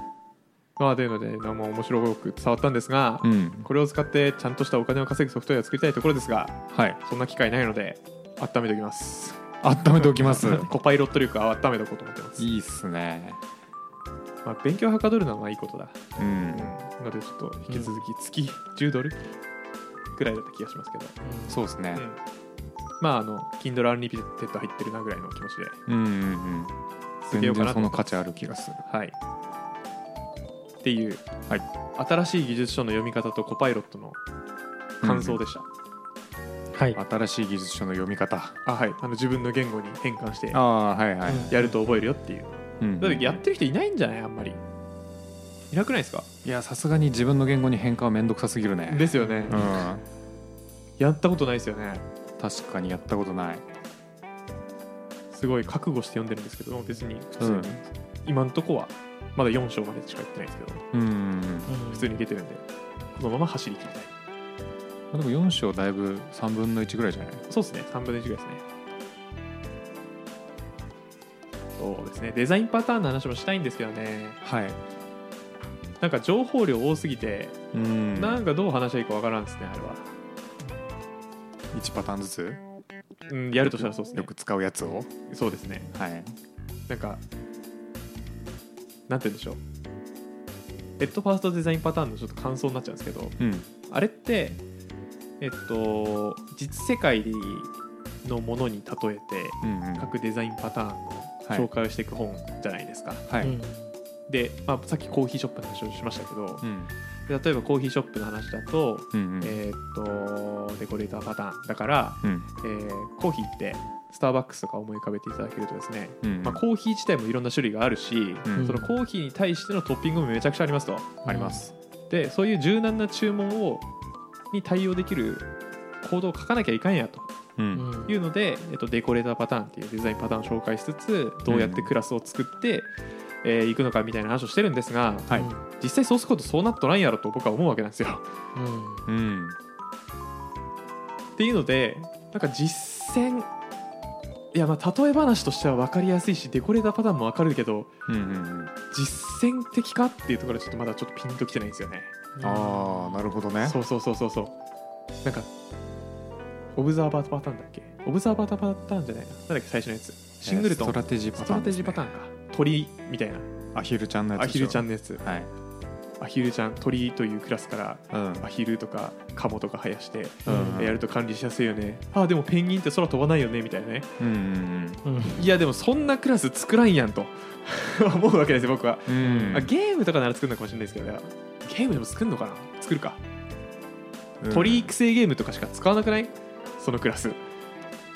Speaker 3: まあというのでまあ面白く伝わったんですが、
Speaker 2: いうん
Speaker 3: これを使ってちゃんとしたお金を稼ぐソフトウェアを作りたいところですが
Speaker 2: はい
Speaker 3: そんな機会ないので温めておきます
Speaker 2: 温めておきます
Speaker 3: コパイロット力を温めとこうと思ってま す、
Speaker 2: いいっすね
Speaker 3: まあ、勉強はかどるのはいいことだ、
Speaker 2: うん
Speaker 3: うんのでちょっと引き続き月10ドルぐらいだった気がしますけど、
Speaker 2: そうですね
Speaker 3: うんまああの Kindle Unlimited 入ってるなぐらいの気持ちで
Speaker 2: うんうんうん
Speaker 3: 続
Speaker 2: 全
Speaker 3: けようか
Speaker 2: 然
Speaker 3: な
Speaker 2: そ
Speaker 3: と
Speaker 2: の価値ある気がする
Speaker 3: はいっていう、
Speaker 2: はい
Speaker 3: 新しい技術書の読み方とコパイロットの感想でした、
Speaker 1: はい
Speaker 2: 新しい技術書の読み方
Speaker 3: あはいあの自分の言語に変換して
Speaker 2: ああはいはい
Speaker 3: やると覚えるよってい
Speaker 2: う
Speaker 3: う、
Speaker 2: ん
Speaker 3: だってやってる人いないんじゃないあんまりいなくないですか
Speaker 2: いやさすがに自分の言語に変換はめんどくさすぎるね
Speaker 3: ですよね、
Speaker 2: うん
Speaker 3: やったことないですよね
Speaker 2: 確かにやったことない
Speaker 3: すごい覚悟して読んでるんですけど別に普通に、
Speaker 2: うん
Speaker 3: 今んとこはまだ4章までしか行ってないですけど
Speaker 2: うんうんうん
Speaker 3: 普通にいけてるんでこのまま走り切りた
Speaker 2: ま
Speaker 3: い
Speaker 2: あでも4章だいぶ3分の1ぐらいじゃない
Speaker 3: そうですね3分の1ぐらいですねそうですねデザインパターンの話もしたいんですけどね
Speaker 2: はい
Speaker 3: なんか情報量多すぎて
Speaker 2: うん
Speaker 3: なんかどう話しゃいいかわからんですねあれは、
Speaker 2: 1パターンずつ
Speaker 3: うん、やるとしたらそうです
Speaker 2: よ
Speaker 3: ね
Speaker 2: く使うやつを
Speaker 3: そうですね
Speaker 2: はい
Speaker 3: なんかなんて言うんでしょうヘッドファーストデザインパターンのちょっと感想になっちゃうんですけど
Speaker 2: うん
Speaker 3: あれってえっと実世界のものに例えて
Speaker 2: うんうん
Speaker 3: 各デザインパターンの
Speaker 2: はい
Speaker 3: 紹介をしていく本じゃないですか、
Speaker 2: は
Speaker 1: う
Speaker 2: い
Speaker 1: ん
Speaker 3: で、まあ、さっきコーヒーショップの話をしましたけど
Speaker 2: う、ん
Speaker 3: で例えばコーヒーショップの話だと,、
Speaker 2: うんうん
Speaker 3: えーっとデコレーターパターンだから、
Speaker 2: うん
Speaker 3: えーコーヒーってスターバックスとか思い浮かべていただけるとですね、
Speaker 2: うん
Speaker 3: まあ、コーヒー自体もいろんな種類があるし、
Speaker 2: うん
Speaker 3: そのコーヒーに対してのトッピングもめちゃくちゃありますと。
Speaker 2: あります
Speaker 3: でそういう柔軟な注文をに対応できるコードを書かなきゃいかんやと
Speaker 2: うん
Speaker 1: う
Speaker 2: うん
Speaker 1: ん
Speaker 3: いうので、えっと、デコレーターパターンっていうデザインパターンを紹介しつつどうやってクラスを作って、えー行くのかみたいな話をしてるんですが
Speaker 2: はい
Speaker 3: 実際そうすることそうなっとらんやろと僕は思うわけなんですよ。
Speaker 1: うん
Speaker 2: うん
Speaker 3: っていうのでなんか実践いやまあ例え話としては分かりやすいしデコレーターパターンも分かるけど
Speaker 2: うんうん
Speaker 3: 実践的かっていうところはちょっとまだちょっとピンときてないんですよね。
Speaker 2: ああなるほどね
Speaker 3: そうそうそうそうそうなんかオブザーバーパターンだっけオブザーバーパターンじゃないななんだっけ最初のやつシングルトン、
Speaker 2: ストラテジーパ
Speaker 3: ス
Speaker 2: タ
Speaker 3: ト
Speaker 2: ー
Speaker 3: ラ
Speaker 2: ンで
Speaker 3: テ
Speaker 2: す
Speaker 3: ジ
Speaker 2: ね、
Speaker 3: ーパターンか鳥みたいな
Speaker 2: アヒルちゃんのやつ
Speaker 3: アヒルちゃ
Speaker 2: ん
Speaker 3: んのやつ
Speaker 2: はい
Speaker 3: アヒルちゃん鳥というクラスから
Speaker 2: うん
Speaker 3: アヒルとかカモとか生やして、
Speaker 2: うん
Speaker 3: やると管理しやすいよねあーでもペンギンって空飛ばないよねみたいなね
Speaker 2: うんうん
Speaker 1: うん
Speaker 3: いやでもそんなクラス作らんやんと 思うわけですよ僕は、
Speaker 2: うん
Speaker 3: あゲームとかなら作るのかもしれないですけどねゲームでも作るのかな作るか、鳥育成ゲームとかしか使わなくないそのクラス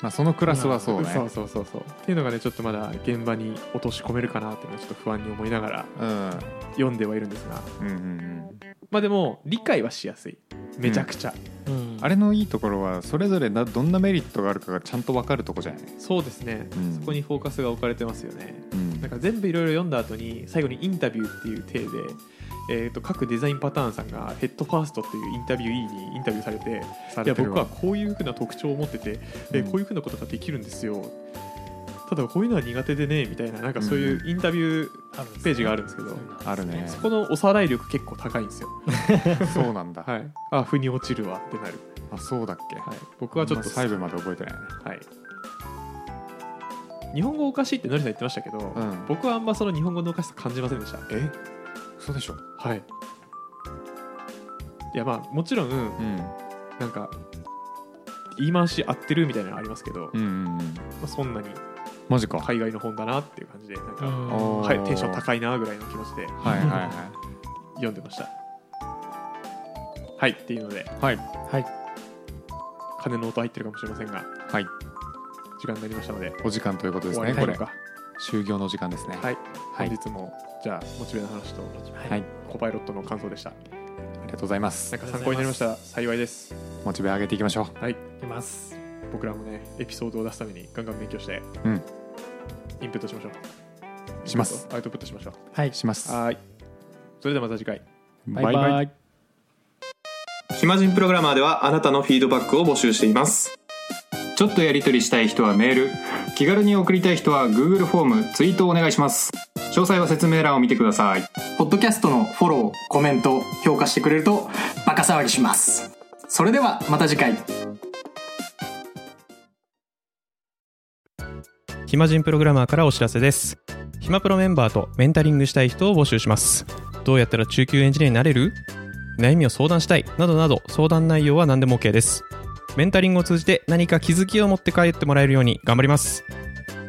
Speaker 2: まあそのクラスはそうね
Speaker 3: そうそうそうそうっていうのがねちょっとまだ現場に落とし込めるかなっていうのはちょっと不安に思いながら
Speaker 2: うん
Speaker 3: 読んではいるんですが
Speaker 2: うんうん
Speaker 3: まあでも理解はしやすいめちゃくちゃ、
Speaker 1: うん
Speaker 2: あれのいいところはそれぞれなどんなメリットがあるかがちゃんと分かるとこじゃない、
Speaker 3: そうですね、
Speaker 2: うん
Speaker 3: そこにフォーカスが置かれてますよね
Speaker 2: うん
Speaker 3: なんか全部いろいろ読んだ後に最後にインタビューっていう体で、えー、と各デザインパターンさんがヘッドファーストっていうインタビュー E にインタビューされて
Speaker 2: さ
Speaker 3: い
Speaker 2: れ
Speaker 3: や
Speaker 2: てる
Speaker 3: 僕
Speaker 2: わ
Speaker 3: はこういうふうな特徴を持ってて、えー
Speaker 2: うん
Speaker 3: こういうふうなことができるんですよただこういうのは苦手でねみたいななんかそういうインタビュー
Speaker 1: あるんですね
Speaker 3: ページがあるんですけど
Speaker 1: そうなんです
Speaker 2: あるね
Speaker 3: そこのおさらい力結構高いんですよ。
Speaker 2: そうなんだ、
Speaker 3: はい、あ腑に落ちるわってなる、
Speaker 2: あそうだっけ、
Speaker 3: はい、僕はちょっ
Speaker 2: あんま
Speaker 3: と、は、
Speaker 2: 細部まで覚えてないない
Speaker 3: 日本語おかしいってのりさん言ってましたけど、
Speaker 2: ん
Speaker 3: 僕はあんまその日本語のおかしさ感じませんでした。
Speaker 2: えそうでしょ
Speaker 3: はい、いやまあもちろん
Speaker 2: うん
Speaker 3: なんか言い回し合ってるみたいなのありますけど、
Speaker 2: うんうんうん
Speaker 3: まあ、そんなに
Speaker 2: マジかはい
Speaker 3: 海外の本だなっていう感じでなん
Speaker 1: う
Speaker 3: か、
Speaker 1: ん
Speaker 2: お
Speaker 3: はい、テンション高いなぐらいの気持ちで
Speaker 2: はいは
Speaker 3: 読んでました。はいっていうので
Speaker 2: いはい
Speaker 1: はい
Speaker 3: 鐘の音入ってるかもしれませんが
Speaker 2: はい
Speaker 3: 時間になりましたので。
Speaker 2: お時間ということです
Speaker 3: 終わ
Speaker 2: ね
Speaker 3: り
Speaker 2: こ
Speaker 3: ま
Speaker 2: れ
Speaker 3: しょうか
Speaker 2: 終業の時間ですね
Speaker 3: はい、
Speaker 2: はい
Speaker 3: 本日もじゃあモチベの話と
Speaker 2: はい
Speaker 3: コパイロットの感想でした
Speaker 2: ありがとうございます
Speaker 3: なんか参考になりましたら幸いです
Speaker 2: モチベ上げていきましょ
Speaker 3: はい
Speaker 1: いきます
Speaker 3: 僕らもねエピソードを出すためにガンガン勉強して
Speaker 2: ううん
Speaker 3: インプットしましょう
Speaker 2: します
Speaker 3: アウトプットしましょ
Speaker 1: はい
Speaker 2: します
Speaker 3: うはいそれではまた次回
Speaker 1: バイバイ
Speaker 3: 暇人プログラマーではあなたのフィードバックを募集しています
Speaker 4: ちょっとやり取りしたい人はメール気軽に送りたい人は Google フォームツイートをお願いします詳細は説明欄を見てください
Speaker 5: ポッドキャストのフォロー、コメント、評価してくれるとバカ騒ぎします。それではまた次回。
Speaker 6: 暇人プログラマーからお知らせです暇プロメンバーとメンタリングしたい人を募集しますどうやったら中級エンジニアになれる悩みを相談したいなどなど相談内容は何でも OK ですメンタリングを通じて何か気づきを持って帰ってもらえるように頑張ります